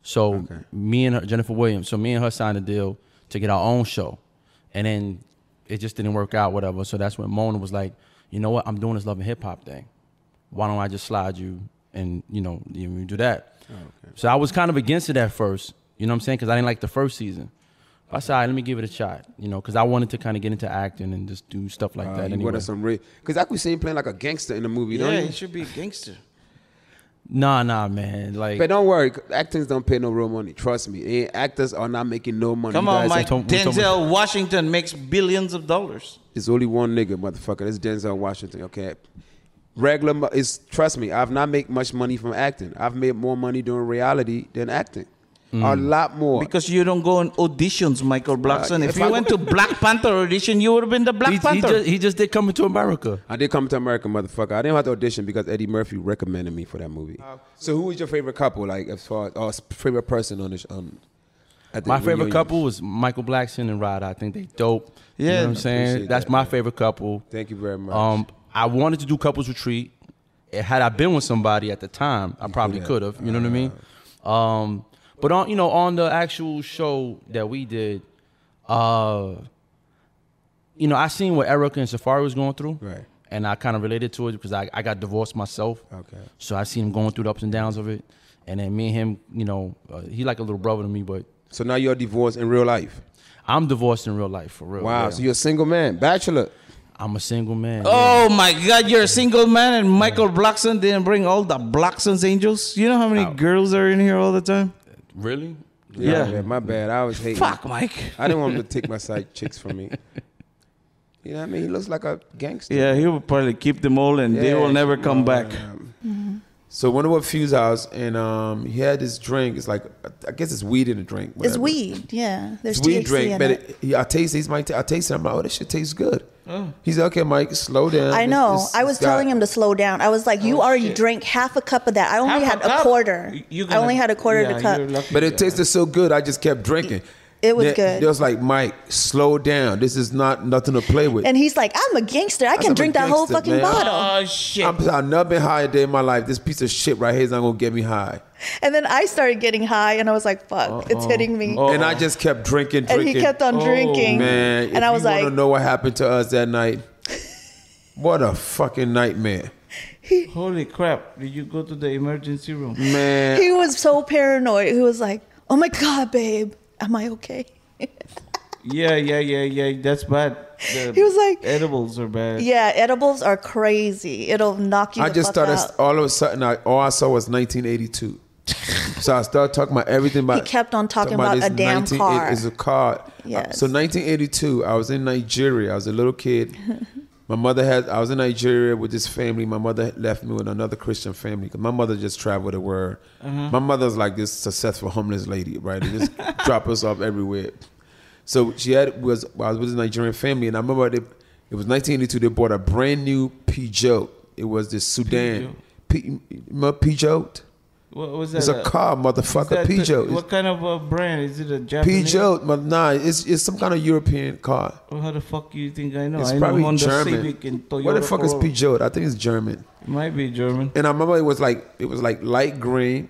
So me and her, Jennifer Williams. So me and her signed a deal to get our own show, and then it just didn't work out, whatever. So that's when Mona was like, you know what, I'm doing this love and hip hop thing. Why don't I just slide you and you know you you do that?
Oh,
So I was kind of against it at first. You know what I'm saying? Because I didn't like the first season. I said, all right, let me give it a shot, you know, because I wanted to kind of get into acting and just do stuff like
Uh,
that.
you
anyway.
wanted some rape? Because I could see him playing like a gangster in the movie.
Yeah,
don't
he
you?
should be a gangster.
Nah, nah, man. Like,
But don't worry, actors don't pay no real money. Trust me, Eh, actors are not making no money.
Come
You
on,
guys
Mike.
are-
Denzel Washington makes billions of dollars.
It's only one nigga, motherfucker. That's Denzel Washington. Okay, regular mo- is trust me. I've not made much money from acting. I've made more money doing reality than acting. A
Mm.
lot more.
Because you don't go on auditions, Michael Blackson.
Uh,
if
if
you
I-
went to Black Panther audition, you would have been the Black Panther.
just did come to America.
I did come to America, motherfucker. I didn't have to audition because Eddie Murphy recommended me for that movie. so, who was your favorite couple? Like, as far as or s- favorite person on this? On at the
my favorite
reunion?
couple was Michael Blackson and Ryder. I think they dope. you
Yeah.
know what I'm saying
Appreciate
that's my favorite couple.
Thank you very much.
Um, I wanted to do couples retreat. Eh, Had I been with somebody at the time, I probably
have.
could have. You know what I mean?
Uh.
Um, but on you know on the actual show that we did, uh, you know I seen what Erica and Safari was going through,
right?
And I kind of related to it because I, I got divorced myself.
Okay.
So I seen him going through the ups and downs of it, and then me and him, you know, uh, he like a little brother to me, but.
So now you're divorced in real life.
I'm divorced in real life for real.
Wow,
yeah.
so you're a single man, bachelor.
I'm a single man.
Oh my God, you're a single man, and Michael Blackson didn't bring all the Blackson's angels. You know how many girls are in here all the time?
Really?
Yeah.
my bad, my bad. I was hating.
Fuck, Mike.
I didn't want him to take my side chicks from me. You know what I mean? He looks like a gangster.
Yeah, he will probably keep them all, and they
Yeah,
will never come
no,
back.
So one of our fuse house, and um, he had this drink. It's like I guess it's weed in the drink.
It's
whatever.
weed. Yeah. There's
it's weed
THC
drink,
in
but
it.
it, he, I taste. He's my. T- I taste it. I'm like, oh, this shit tastes good.
Oh.
He's like, okay, Mike, slow down.
I
This-
know.
this-
I
this
was
guy-
telling him to slow down. I was
Oh,
like, "You already drank half a cup of that. I only had a, quarter. I only had a quarter of the cup."
But it tasted so good, I just kept drinking.
It was
They-
good.
They was like, Mike, slow down. This is not nothing to play with.
And he's like, "I'm a gangster. I can
said,
drink
"I'm
that whole
gangster,
fucking
man."
bottle."
shit!
I'm, I've never been high a day in my life. This piece of shit right here is not gonna get me high.
And then I started getting high, and I was like, "Fuck, it's
Uh-oh. Oh,
hitting me."
And I just kept drinking,
And he
drinking.
kept on Oh. drinking.
Man,
And
if
I was
you
like-
wanna know what happened to us that night? what a fucking nightmare,
Holy crap! Did you go to the emergency room?
man.
He was so paranoid. He was like, "Oh my god, babe, am I okay?"
Yeah, yeah, yeah, yeah. That's bad. The
He was like-
edibles are bad.
Yeah, edibles are crazy. It'll knock you.
I
the
just
fuck
started
out.
all of a sudden. I, all I saw was 1982. so I started talking about everything. About,
He kept on talking about
this
a damn
19
car.
uh, It is a car. Uh,
Yes.
So 1982, I was in Nigeria. I was a little kid. my mother had. I was in Nigeria with this family. My mother left me with another Christian family because my mother just traveled the world.
Mm-hmm.
Uh-huh.
My mother's like this successful homeless lady, right? They just drop us off everywhere. So she had was I was with this Nigerian family, and I remember they, it was 1982. They bought a brand new Peugeot. It was the Sudan. P, my Peugeot.
What was that? uh,
It's a car,
Is that
motherfucker.
the-
Peugeot.
What kind of a brand is it? A Japanese?
Peugeot, but nah, it's it's some kind of European car.
Well, how the fuck you think I know?
it's
I
probably
know Honda
German.
Civic and Toyota
What the fuck is
Corolla.
Peugeot? I think it's German.
It might be German.
And I remember it was like it was like light green.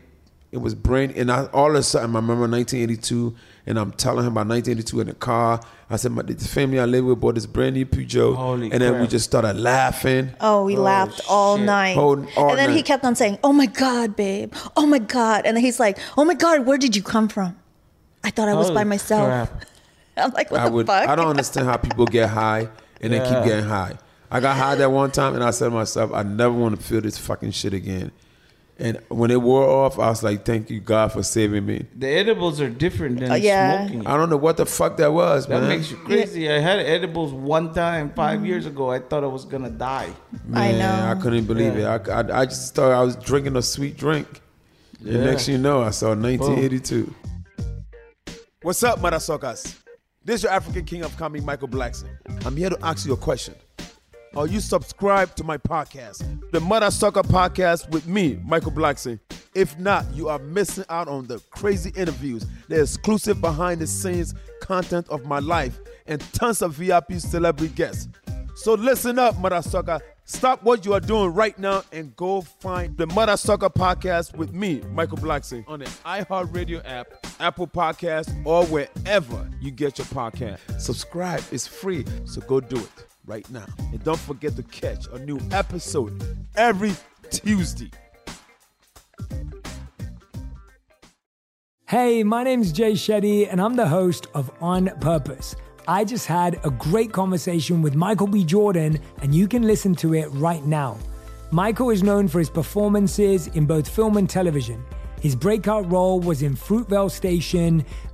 It was brand, and I, all of a sudden I remember 1982, and I'm telling him about 1982 in the car. I said, "My the family I live with bought this brand new Peugeot,"
Holy
and then we
crap.
just started laughing.
Oh, we laughed all night.
Whole- Oh, all
and then he
night.
kept on saying, Oh my God, babe. Oh my God. And then he's like, Oh my God, where did you come from? I thought I was by
Holy
myself.
Oh, crap.
I'm like, What
I
the fuck?
I don't understand how people get high and then
Yeah.
keep getting high. I got high that one time, and I said to myself, "I never want to feel this fucking shit again." And when it wore off, I was like, "Thank you, God, for saving me."
The edibles are different than
Uh, yeah.
smoking.
I don't know what the fuck that was,
Mm. That
man.
makes you crazy. I had edibles one time five years ago. I thought I was gonna die.
Man, Mm. I, couldn't believe
Yeah.
it. I, I, I just thought I was drinking a sweet drink.
Yeah.
The next thing you know, I saw 1982.
What's up, Marasokas? This is your African King of Comedy, Michael Blackson. I'm here to ask you a question. Are you subscribed to my podcast, the Mother Sucker Podcast with me, Michael Blackson? If not, you are missing out on the crazy interviews, the exclusive behind the scenes content of my life, and tons of VIP celebrity guests. So listen up, Mother Sucker. Stop what you are doing right now and go find the Mother Sucker Podcast with me, Michael Blackson, on the iHeartRadio app, Apple Podcasts, or wherever you get your podcast. Subscribe, it's free, so go do it right now. And don't forget to catch a new episode every Tuesday.
Hey, my name's Jay Shetty, and I'm the host of On Purpose. I just had a great conversation with Michael B. Jordan, and you can listen to it right now. Michael is known for his performances in both film and television. His breakout role was in Fruitvale Station,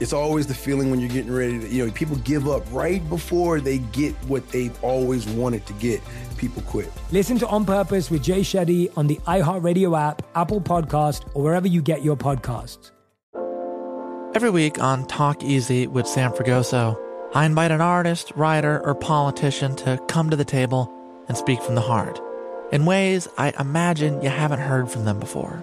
It's always the feeling when you're getting ready to, you know, people give up right before they get what they've always wanted to get. People quit.
Listen to On Purpose with Jay Shetty on the iHeartRadio app, Apple Podcast, or wherever you get your podcasts.
Every week on Talk Easy with Sam Fragoso, I invite an artist, writer, or politician to come to the table and speak from the heart in ways I imagine you haven't heard from them before.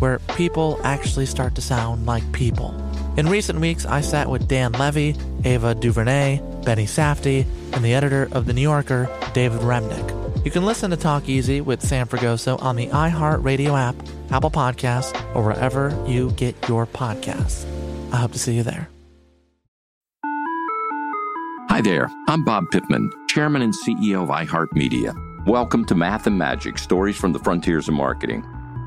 where people actually start to sound like people. In recent weeks, I sat with Dan Levy, Ava DuVernay, Benny Safdie, and the editor of The New Yorker, David Remnick. You can listen to Talk Easy with Sam Fragoso on the iHeartRadio app, Apple Podcasts, or wherever you get your podcasts. I hope to see you there.
Hi there, I'm Bob Pittman, Chairman and CEO of iHeartMedia. Welcome to Math and Magic Stories from the Frontiers of Marketing.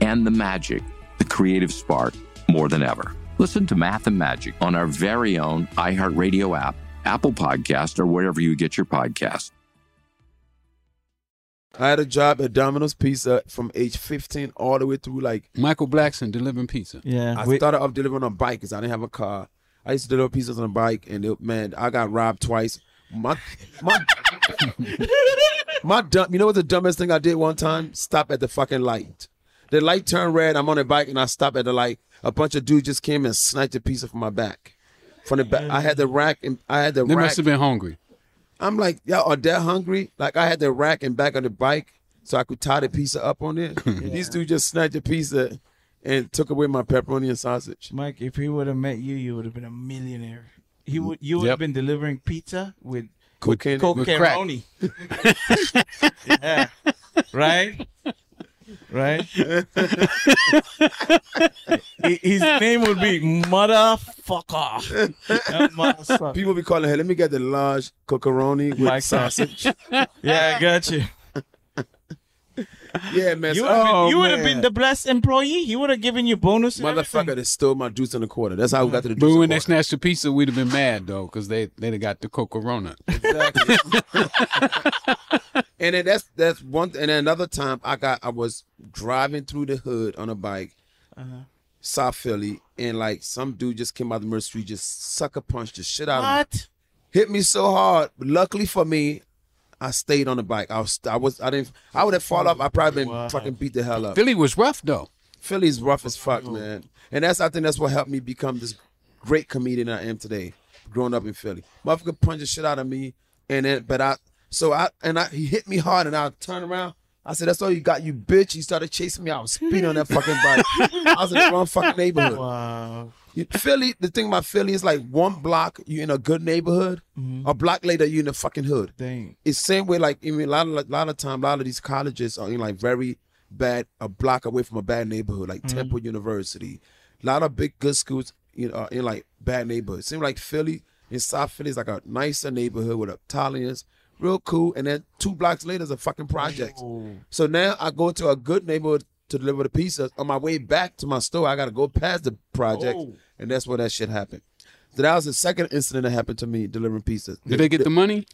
and the magic, the creative spark, more than ever. Listen to Math and Magic on our very own iHeartRadio app, Apple Podcast, or wherever you get your podcast.
I had a job at Domino's Pizza from age 15 all the way through like
Michael Blackson delivering pizza.
I started off delivering on a bike because I didn't have a car. I used to deliver pizzas on a bike, and it, man, I got robbed twice. My my my dumb. You know what the dumbest thing I did one time? Stop at the fucking light. The light turned red. I'm on a bike, and I stopped at the light. A bunch of dudes just came and sniped a pizza from my back. From the back, I had the rack, and I had the
They
rack.
must have been hungry.
I'm like, y'all are that hungry? Like I had the rack and back on the bike so I could tie the pizza up on it. These dudes just snatched the pizza and took away my pepperoni and sausage.
Mike, if he would have met you, you would have been a millionaire. He would you would have
Yep.
been delivering pizza with
Cocaine-
with
with crack.
cocaine. yeah. Right? Right? Hi- His name would be Motherfucker. That motherfucker.
People be calling her, let me get the large cocoroni with
Mike.
sausage.
yeah, I got you.
Yeah, man.
You
so-
would have
Oh,
been, you would've
man.
been the best employee. He would have given you bonuses.
Motherfucker that stole my juice and a quarter. That's how we got to the
But
juice.
when they snatched the pizza, we'd have been mad though, because they they'd have got the Coca Corona.
and then that's that's one. And then another time, I got I was driving through the hood on a bike, Uh-huh. South Philly, and like some dude just came out the Mercy Street, just sucker punched the shit out of me.
What?
Hit me so hard. Luckily for me, I stayed on the bike. I was I was I didn't I would have fallen off. I probably been fucking beat the hell up.
Philly was rough though.
Philly's rough as fuck, man. And that's I think that's what helped me become this great comedian I am today. Growing up in Philly, motherfucker punched the shit out of me, and then but I so I and I he hit me hard, and I turned around. I said, "That's all you got, you bitch." He started chasing me. I was speeding on that fucking bike. I was in the wrong fucking neighborhood. Wow. Philly, the thing about Philly is like one block you in a good neighborhood, a block later you in the fucking hood.
Dang.
It's same way like I mean, a lot of a lot of time a lot of these colleges are in like very bad a block away from a bad neighborhood like
Mhm.
Temple University. A lot of big good schools you know are in like bad neighborhoods. Seems like Philly in South Philly is like a nicer neighborhood with Italians, real cool. And then two blocks later is a fucking project. So now I go to a good neighborhood to deliver the pizza. On my way back to my store, I gotta go past the project,
Oh.
and that's where that shit happened. So that was the second incident that happened to me delivering pizzas.
Did they get the money?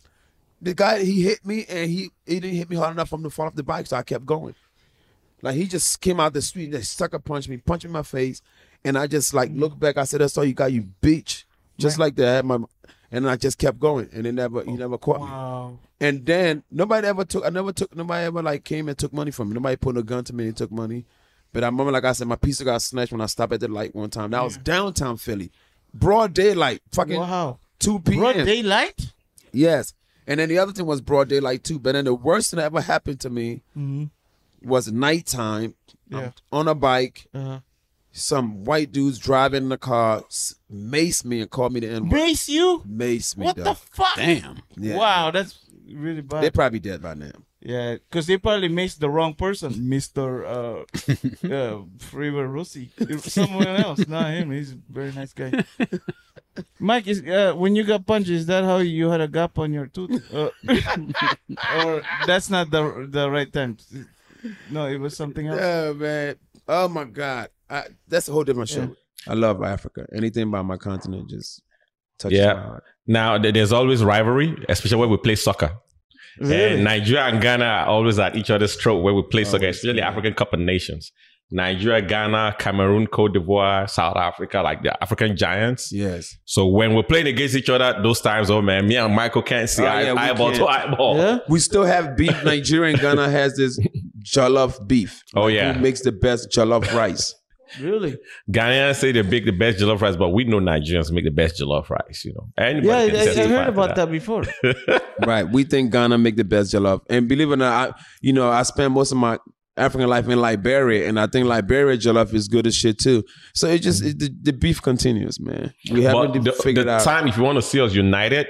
The guy he hit me and he he didn't hit me hard enough for him to fall off the bike, so I kept going. Like he just came out the street and just sucker punched me, punched me in my face, and I just like looked back. I said, "That's all you got, you bitch." Just like that, I had my, and I just kept going, and they never he never caught me. And then nobody ever took. I never took. Nobody ever like came and took money from me. Nobody put a gun to me and took money. But I remember, like I said, my pizza got snatched when I stopped at the light one time. That was downtown Philly, broad daylight, fucking two p.m. Broad
daylight.
Yes. And then the other thing was broad daylight too. But then the worst thing that ever happened to me
Mm-hmm.
was nighttime. I'm
Yeah.
on a bike.
Uh-huh.
Some white dudes driving in the car s- mace me and called me the N word.
Mace you?
Mace me.
What
dog.
the fuck?
Damn. Yeah.
Wow, that's really bad.
They're probably dead by now.
Yeah, because they probably missed the wrong person, Mister uh, uh, River Rossi. Someone else, not him. He's a very nice guy. Mike, is uh, when you got punched, is that how you had a gap on your tooth, uh, or that's not the the right time? No, it was something else.
Yeah, man. Oh my God. I, that's a whole different show. I love Africa. Anything about my continent just touches
yeah.
my heart.
Now th- there's always rivalry, especially when we play soccer.
Really? Oh,
And Nigeria and Ghana are always at each other's throat when we play soccer, especially African Cup of Nations. Nigeria, Ghana, Cameroon, Cote d'Ivoire, South Africa, like the African giants.
Yes.
So when we're playing against each other, those times, oh man, me and Michael can't see
Oh,
eye,
yeah, we
eyeball to
can't.
eyeball.
We still have beef. Nigeria and Ghana has this jollof beef.
Oh yeah,
who makes the best jollof rice?
Really?
Ghanaians say they make the best jollof rice, but we know Nigerians make the best jollof rice. You know, anybody
yeah,
can
I, I
testify
heard
to
about that, before.
right. We think Ghana make the best jollof, and believe it or not, I you know I spent most of my African life in Liberia, and I think Liberia jollof is good as shit too. So it just it, the, the beef continues, man. We haven't
But the,
figured
the
out
time if you want to see us united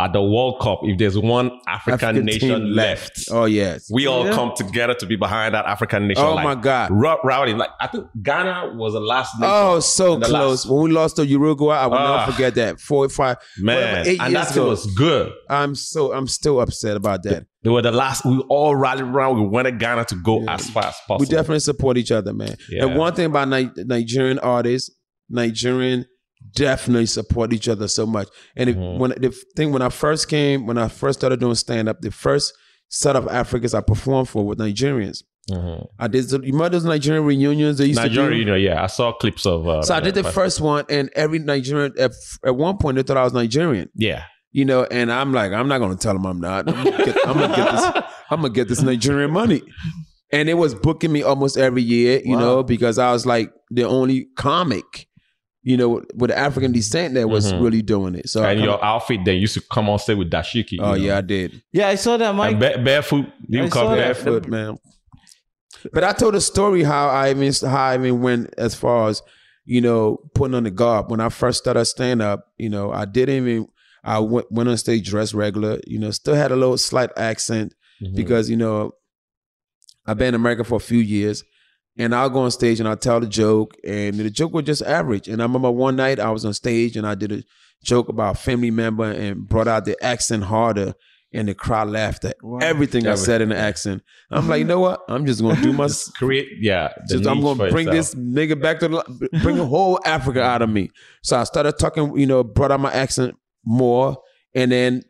at the World Cup, if there's one African,
African team
nation left,
Oh yes,
we all
Yeah.
come together to be behind that African nation.
Oh,
like,
my God.
Ru- rowdy! Like I think Ghana was the last. Nation
Oh, so
in the
close. When we lost to Uruguay, I will
Ah.
never forget that. Four or five,
Man,
whatever, eight
and
years
that team
ago.
was good.
I'm so I'm still upset about that.
They were the last. We all rallied around. We wanted Ghana to go as far as possible.
We definitely support each other, man.
Yeah.
And one thing about Ni- Nigerian artists, Nigerian definitely support each other so much. And if, when the thing when I first came, when I first started doing stand up, the first set of Africans I performed for were Nigerians. I did you remember those Nigerian reunions they used to
Nigeria,
do?
you know, yeah, I saw clips of. Uh,
so I did the first one, and every Nigerian at, at one point they thought I was Nigerian.
Yeah,
you know, and I'm like, I'm not gonna tell them I'm not. I'm gonna get, I'm gonna get this. I'm gonna get this Nigerian money. And it was booking me almost every year, you know, because I was like the only comic, you know, with African descent that was
Mhm.
really doing it. So I
and
kinda-
your outfit then used to come on stage with dashiki.
Oh, yeah, I did.
Yeah, I saw that. Mike,
And ba- barefoot, you
I
come
saw that.
barefoot,
But, man. But I told a story how I even how I even went as far as you know putting on the garb. When I first started stand up, you know, I didn't even I went went on stage dressed regular. You know, still had a little slight accent because you know I've been in America for a few years. And I'll go on stage and I'll tell the joke, and the joke was just average. And I remember one night I was on stage and I did a joke about a family member and brought out the accent harder. and the crowd laughed at everything I said in the accent. I'm like, you know what? I'm just gonna do my
Mm-hmm. create. Yeah, the
just I'm
niche
gonna
for
bring
itself.
this nigga back to li- bring the whole Africa out of me. So I started talking, you know, brought out my accent more, and then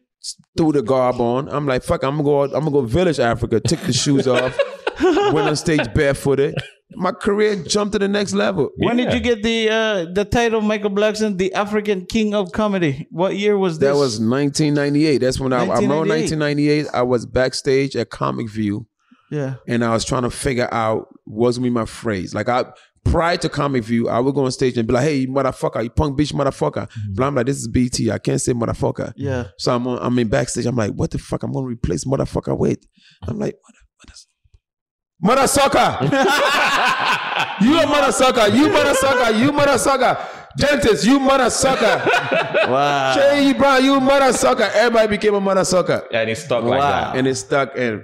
threw the garb on. I'm like, fuck, I'm gonna go, I'm gonna go village Africa. Took the shoes off, went on stage barefooted. My career jumped to the next level.
When did you get the uh, the title Michael Blackson, the African King of Comedy? What year was this?
That was 1998. That's when I, I remember
1998.
1998. I was backstage at Comic View.
Yeah.
and I was trying to figure out what's gonna be my phrase. Like I prior to Comic View, I would go on stage and be like, "Hey, you motherfucker, you punk bitch, motherfucker." But I'm like, "This is BT. I can't say motherfucker."
Mm-hmm. Yeah.
So I'm on, I'm in backstage. I'm like, "What the fuck? I'm gonna replace motherfucker with?" I'm like, "Mother, mother, motherfucker." You a mother sucker. You mother sucker. You mother sucker. Dentist, you mother sucker.
wow.
Jay Brown, you mother sucker. Everybody became a mother sucker.
And it stuck like that.
And it stuck. And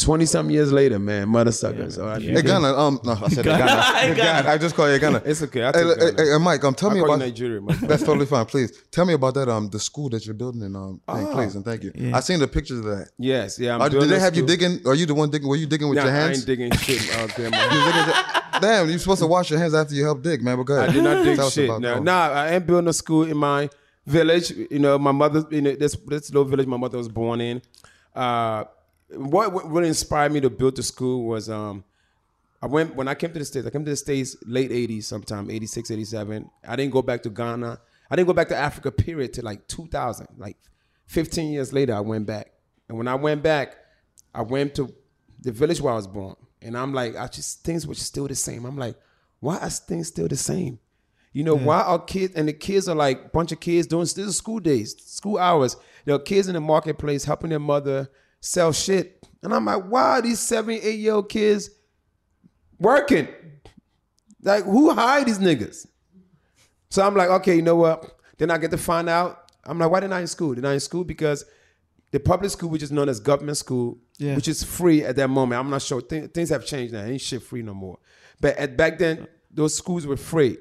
20 some years later, man, mother sucker. So I
Hey, Ghana. Um, no, I said Ghana. Ghana. I just call you Ghana.
It's okay. I
Hey,
take
look, hey,
Ghana.
hey, Mike, um, tell
I
me
call you
about
Nigeria, my friend.
That's totally fine. Please tell me about that. Um, the school that you're building in um, thing,
Ah.
please, and thank you.
Yeah.
I seen the pictures of that.
Yes, yeah. I'm
Are-
doing
did they
a
have you
school.
digging? Are you the one digging? Were you digging with
Nah,
your
I ain't
hands?
digging shit out there, man.
Damn, you're supposed to wash your hands after you help dig, man. But go ahead.
I did not dig
Tell us
shit.
about
No,
that.
nah, I am building a school in my village. You know, my mother, you know, this this little village my mother was born in. Uh, what what really inspired me to build the school was um, I went when I came to the states. I came to the states late '80s, sometime '86, '87. I didn't go back to Ghana. I didn't go back to Africa. Period. Till like 2000, like 15 years later, I went back. And when I went back, I went to the village where I was born, and I'm like, I just things were still the same. I'm like, why are things still the same? You know, why are kids and the kids are like bunch of kids doing this is school days, school hours. There are kids in the marketplace helping their mother sell shit, and I'm like, why are these seven, eight year old kids working? Like, who hired these niggas? So I'm like, okay, you know what? Then I get to find out. I'm like, why they're not in school? They're not in school because the public school, which is known as government school,
Yeah.
which is free at that moment. I'm not sure. Th- things have changed now. Ain't shit free no more. But at back then, those schools were free,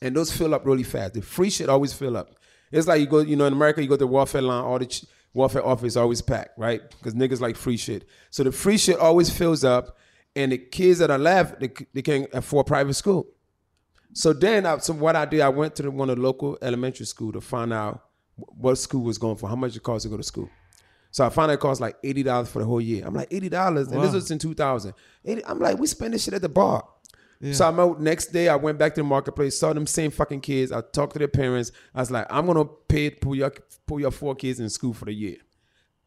and those fill up really fast. The free shit always fill up. It's like you go, you know, in America, you go to the welfare line, all the ch- welfare office always packed, right? Because niggas like free shit. So the free shit always fills up, and the kids that are left, they, c- they can't afford private school. So then, I, so what I did, I went to the, one of the local elementary school to find out wh- what school was going for, how much it cost to go to school. So I found out it cost like eighty dollars for the whole year. I'm like eighty dollars, and this
Wow.
was in two thousand. I'm like, we spend this shit at the bar.
Yeah.
So I'm out next day. I went back to the marketplace, saw them same fucking kids. I talked to their parents. I was like, I'm gonna pay pull your pull your four kids in school for the year.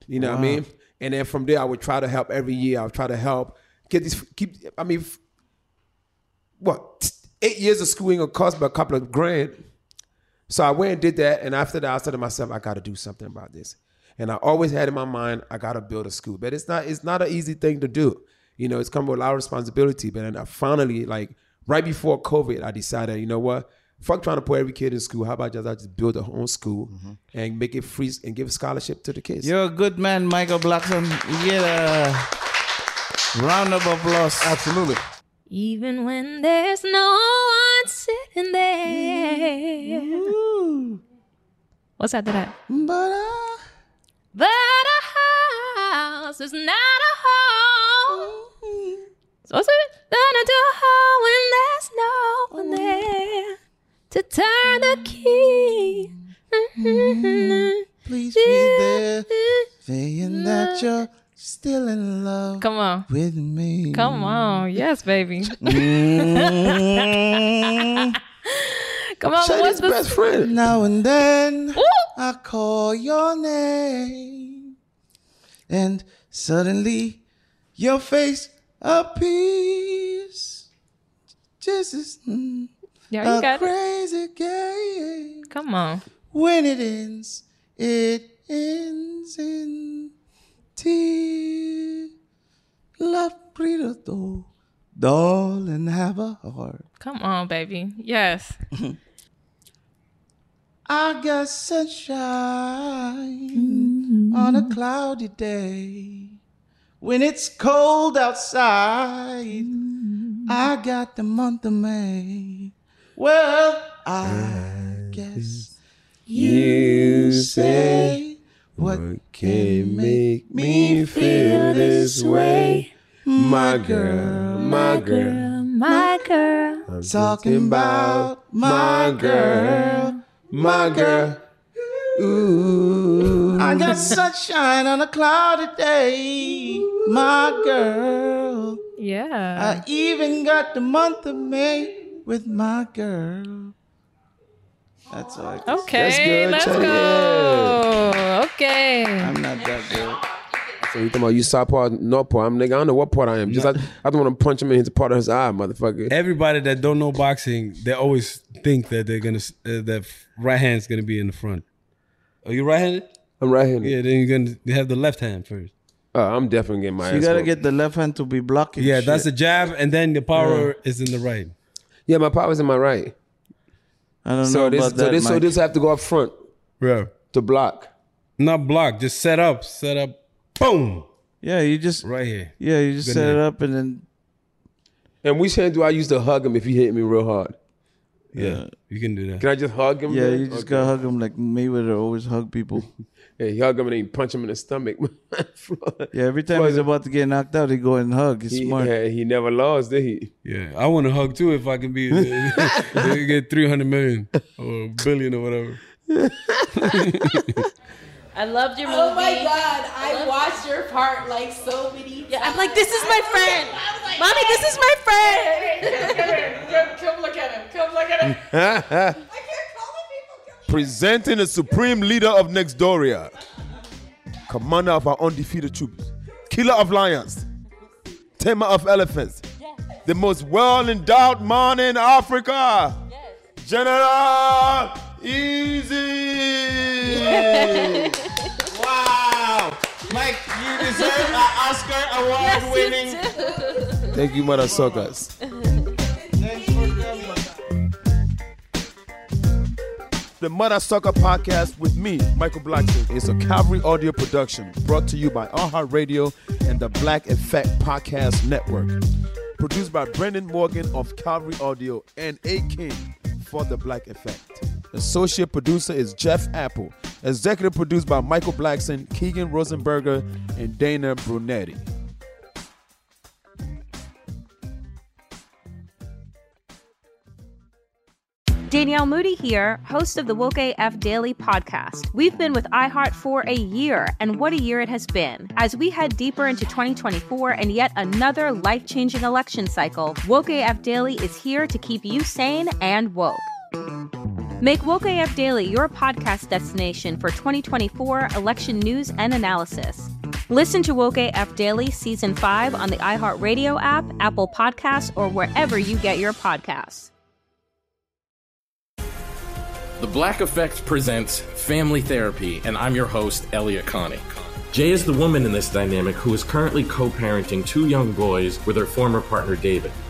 You know what I
Wow.
mean? And then from there, I would try to help every year. I would try to help get these keep. I mean, f- what eight years of schooling will cost me a couple of grand. So I went and did that, and after that, I said to myself, I got to do something about this. And I always had in my mind, I got to build a school, but it's not it's not an easy thing to do. You know, it's come with a lot of responsibility. But then I finally, like right before COVID, I decided, you know what? Fuck trying to put every kid in school. How about just I just build a own school and make it free and give scholarship to the kids?
You're a good man, Michael Blackson. You get a round of applause.
Absolutely.
Even when there's no one sitting there. What's after that? But a, but a house is not a home. So it's gonna do when there's no one there to turn the key. Mm-hmm.
Please be there, saying that you're still in love.
Mm. Come on.
with me.
Come on. Yes, baby. Come on,
Shawty's
what's the
Mm. best friend. Now and then I call your name, and suddenly your face appears. This is mm,
Yeah, you
a
got it.
crazy game.
Come on.
When it ends, it ends in tears. Love, Brito, though. doll and have a heart.
Come on, baby. Yes.
I got sunshine on
Mm-hmm.
a cloudy day. When it's cold outside,
Mm-hmm.
I got the month of May. Well, I guess
You
say what
my girl, my girl.
My girl.
I'm talking about my girl, my girl. Ooh.
I got sunshine on a cloudy day, my girl.
Yeah.
I even got the month of May with my girl. That's all. I can say.
Okay,
That's
let's
good, Chad.
go. Okay. I'm
not that good.
So you talking about you saw part, not part. I'm nigga. I don't know what part I am. Just I, I don't want to punch him in his part of his eye, motherfucker.
Everybody that don't know boxing, they always think that they're gonna uh, that right hand's gonna be in the front. Are you right-handed?
I'm right-handed.
Yeah, then you're gonna have the left hand first.
Uh, I'm definitely getting my.
So you
ass
gotta
whooped.
Get the left hand to be blocking.
Yeah, that's the
shit.
jab, and then the power is in the right.
Yeah, my power's in my right.
I don't
so
know
this,
about
so
that,
this, so
Mike.
this have to go up front.
Yeah.
To block.
Not block. Just set up. Set up. Boom.
Yeah, you just
right here.
Yeah, you just
Good
set it
night.
up and then
And which hand do I use to hug him if he hit me real hard?
Yeah, you can do that.
Can I just hug him?
Yeah,
then?
you just
Okay.
gotta hug him like Mayweather always hug people.
Yeah, he hug him and then he punch him in the stomach.
Yeah, every time he's about to get knocked out, he go and hug. He's
he,
smart.
yeah, he never lost, did he?
Yeah, I want to hug too if I can be they get three hundred million or billion or whatever.
I loved your movie.
Oh my god, I
loved-
watched your part like so many.
Yeah, I'm like, this is my friend. Mommy, this is my
friend. Come look at him. Come look at him.
Presenting the supreme leader of Nextdoria, commander of our undefeated troops, killer of lions, tamer of elephants, the most well endowed man in Africa, General Easy.
Wow. Mike, you deserve an Oscar award winning.
Thank you, mother suckers. The Mother Sucker Podcast with me, Michael Blackson, is a Calvary audio production brought to you by AHA Radio and the Black Effect Podcast Network. Produced by Brendan Morgan of Calvary Audio and A King for the Black Effect. Associate producer is Jeff Apple. Executive produced by Michael Blackson, Keegan Rosenberger, and Dana Brunetti.
Danielle Moody here, host of the Woke AF Daily podcast. We've been with iHeart for a year, and what a year it has been. As we head deeper into 2024 and yet another life changing election cycle, Woke AF Daily is here to keep you sane and woke. Make Woke AF Daily your podcast destination for 2024 election news and analysis. Listen to Woke AF Daily Season 5 on the iHeartRadio app, Apple Podcasts, or wherever you get your podcasts.
The Black Effect presents Family Therapy, and I'm your host, Elliot Connie. Jay is the woman in this dynamic who is currently co parenting two young boys with her former partner, David.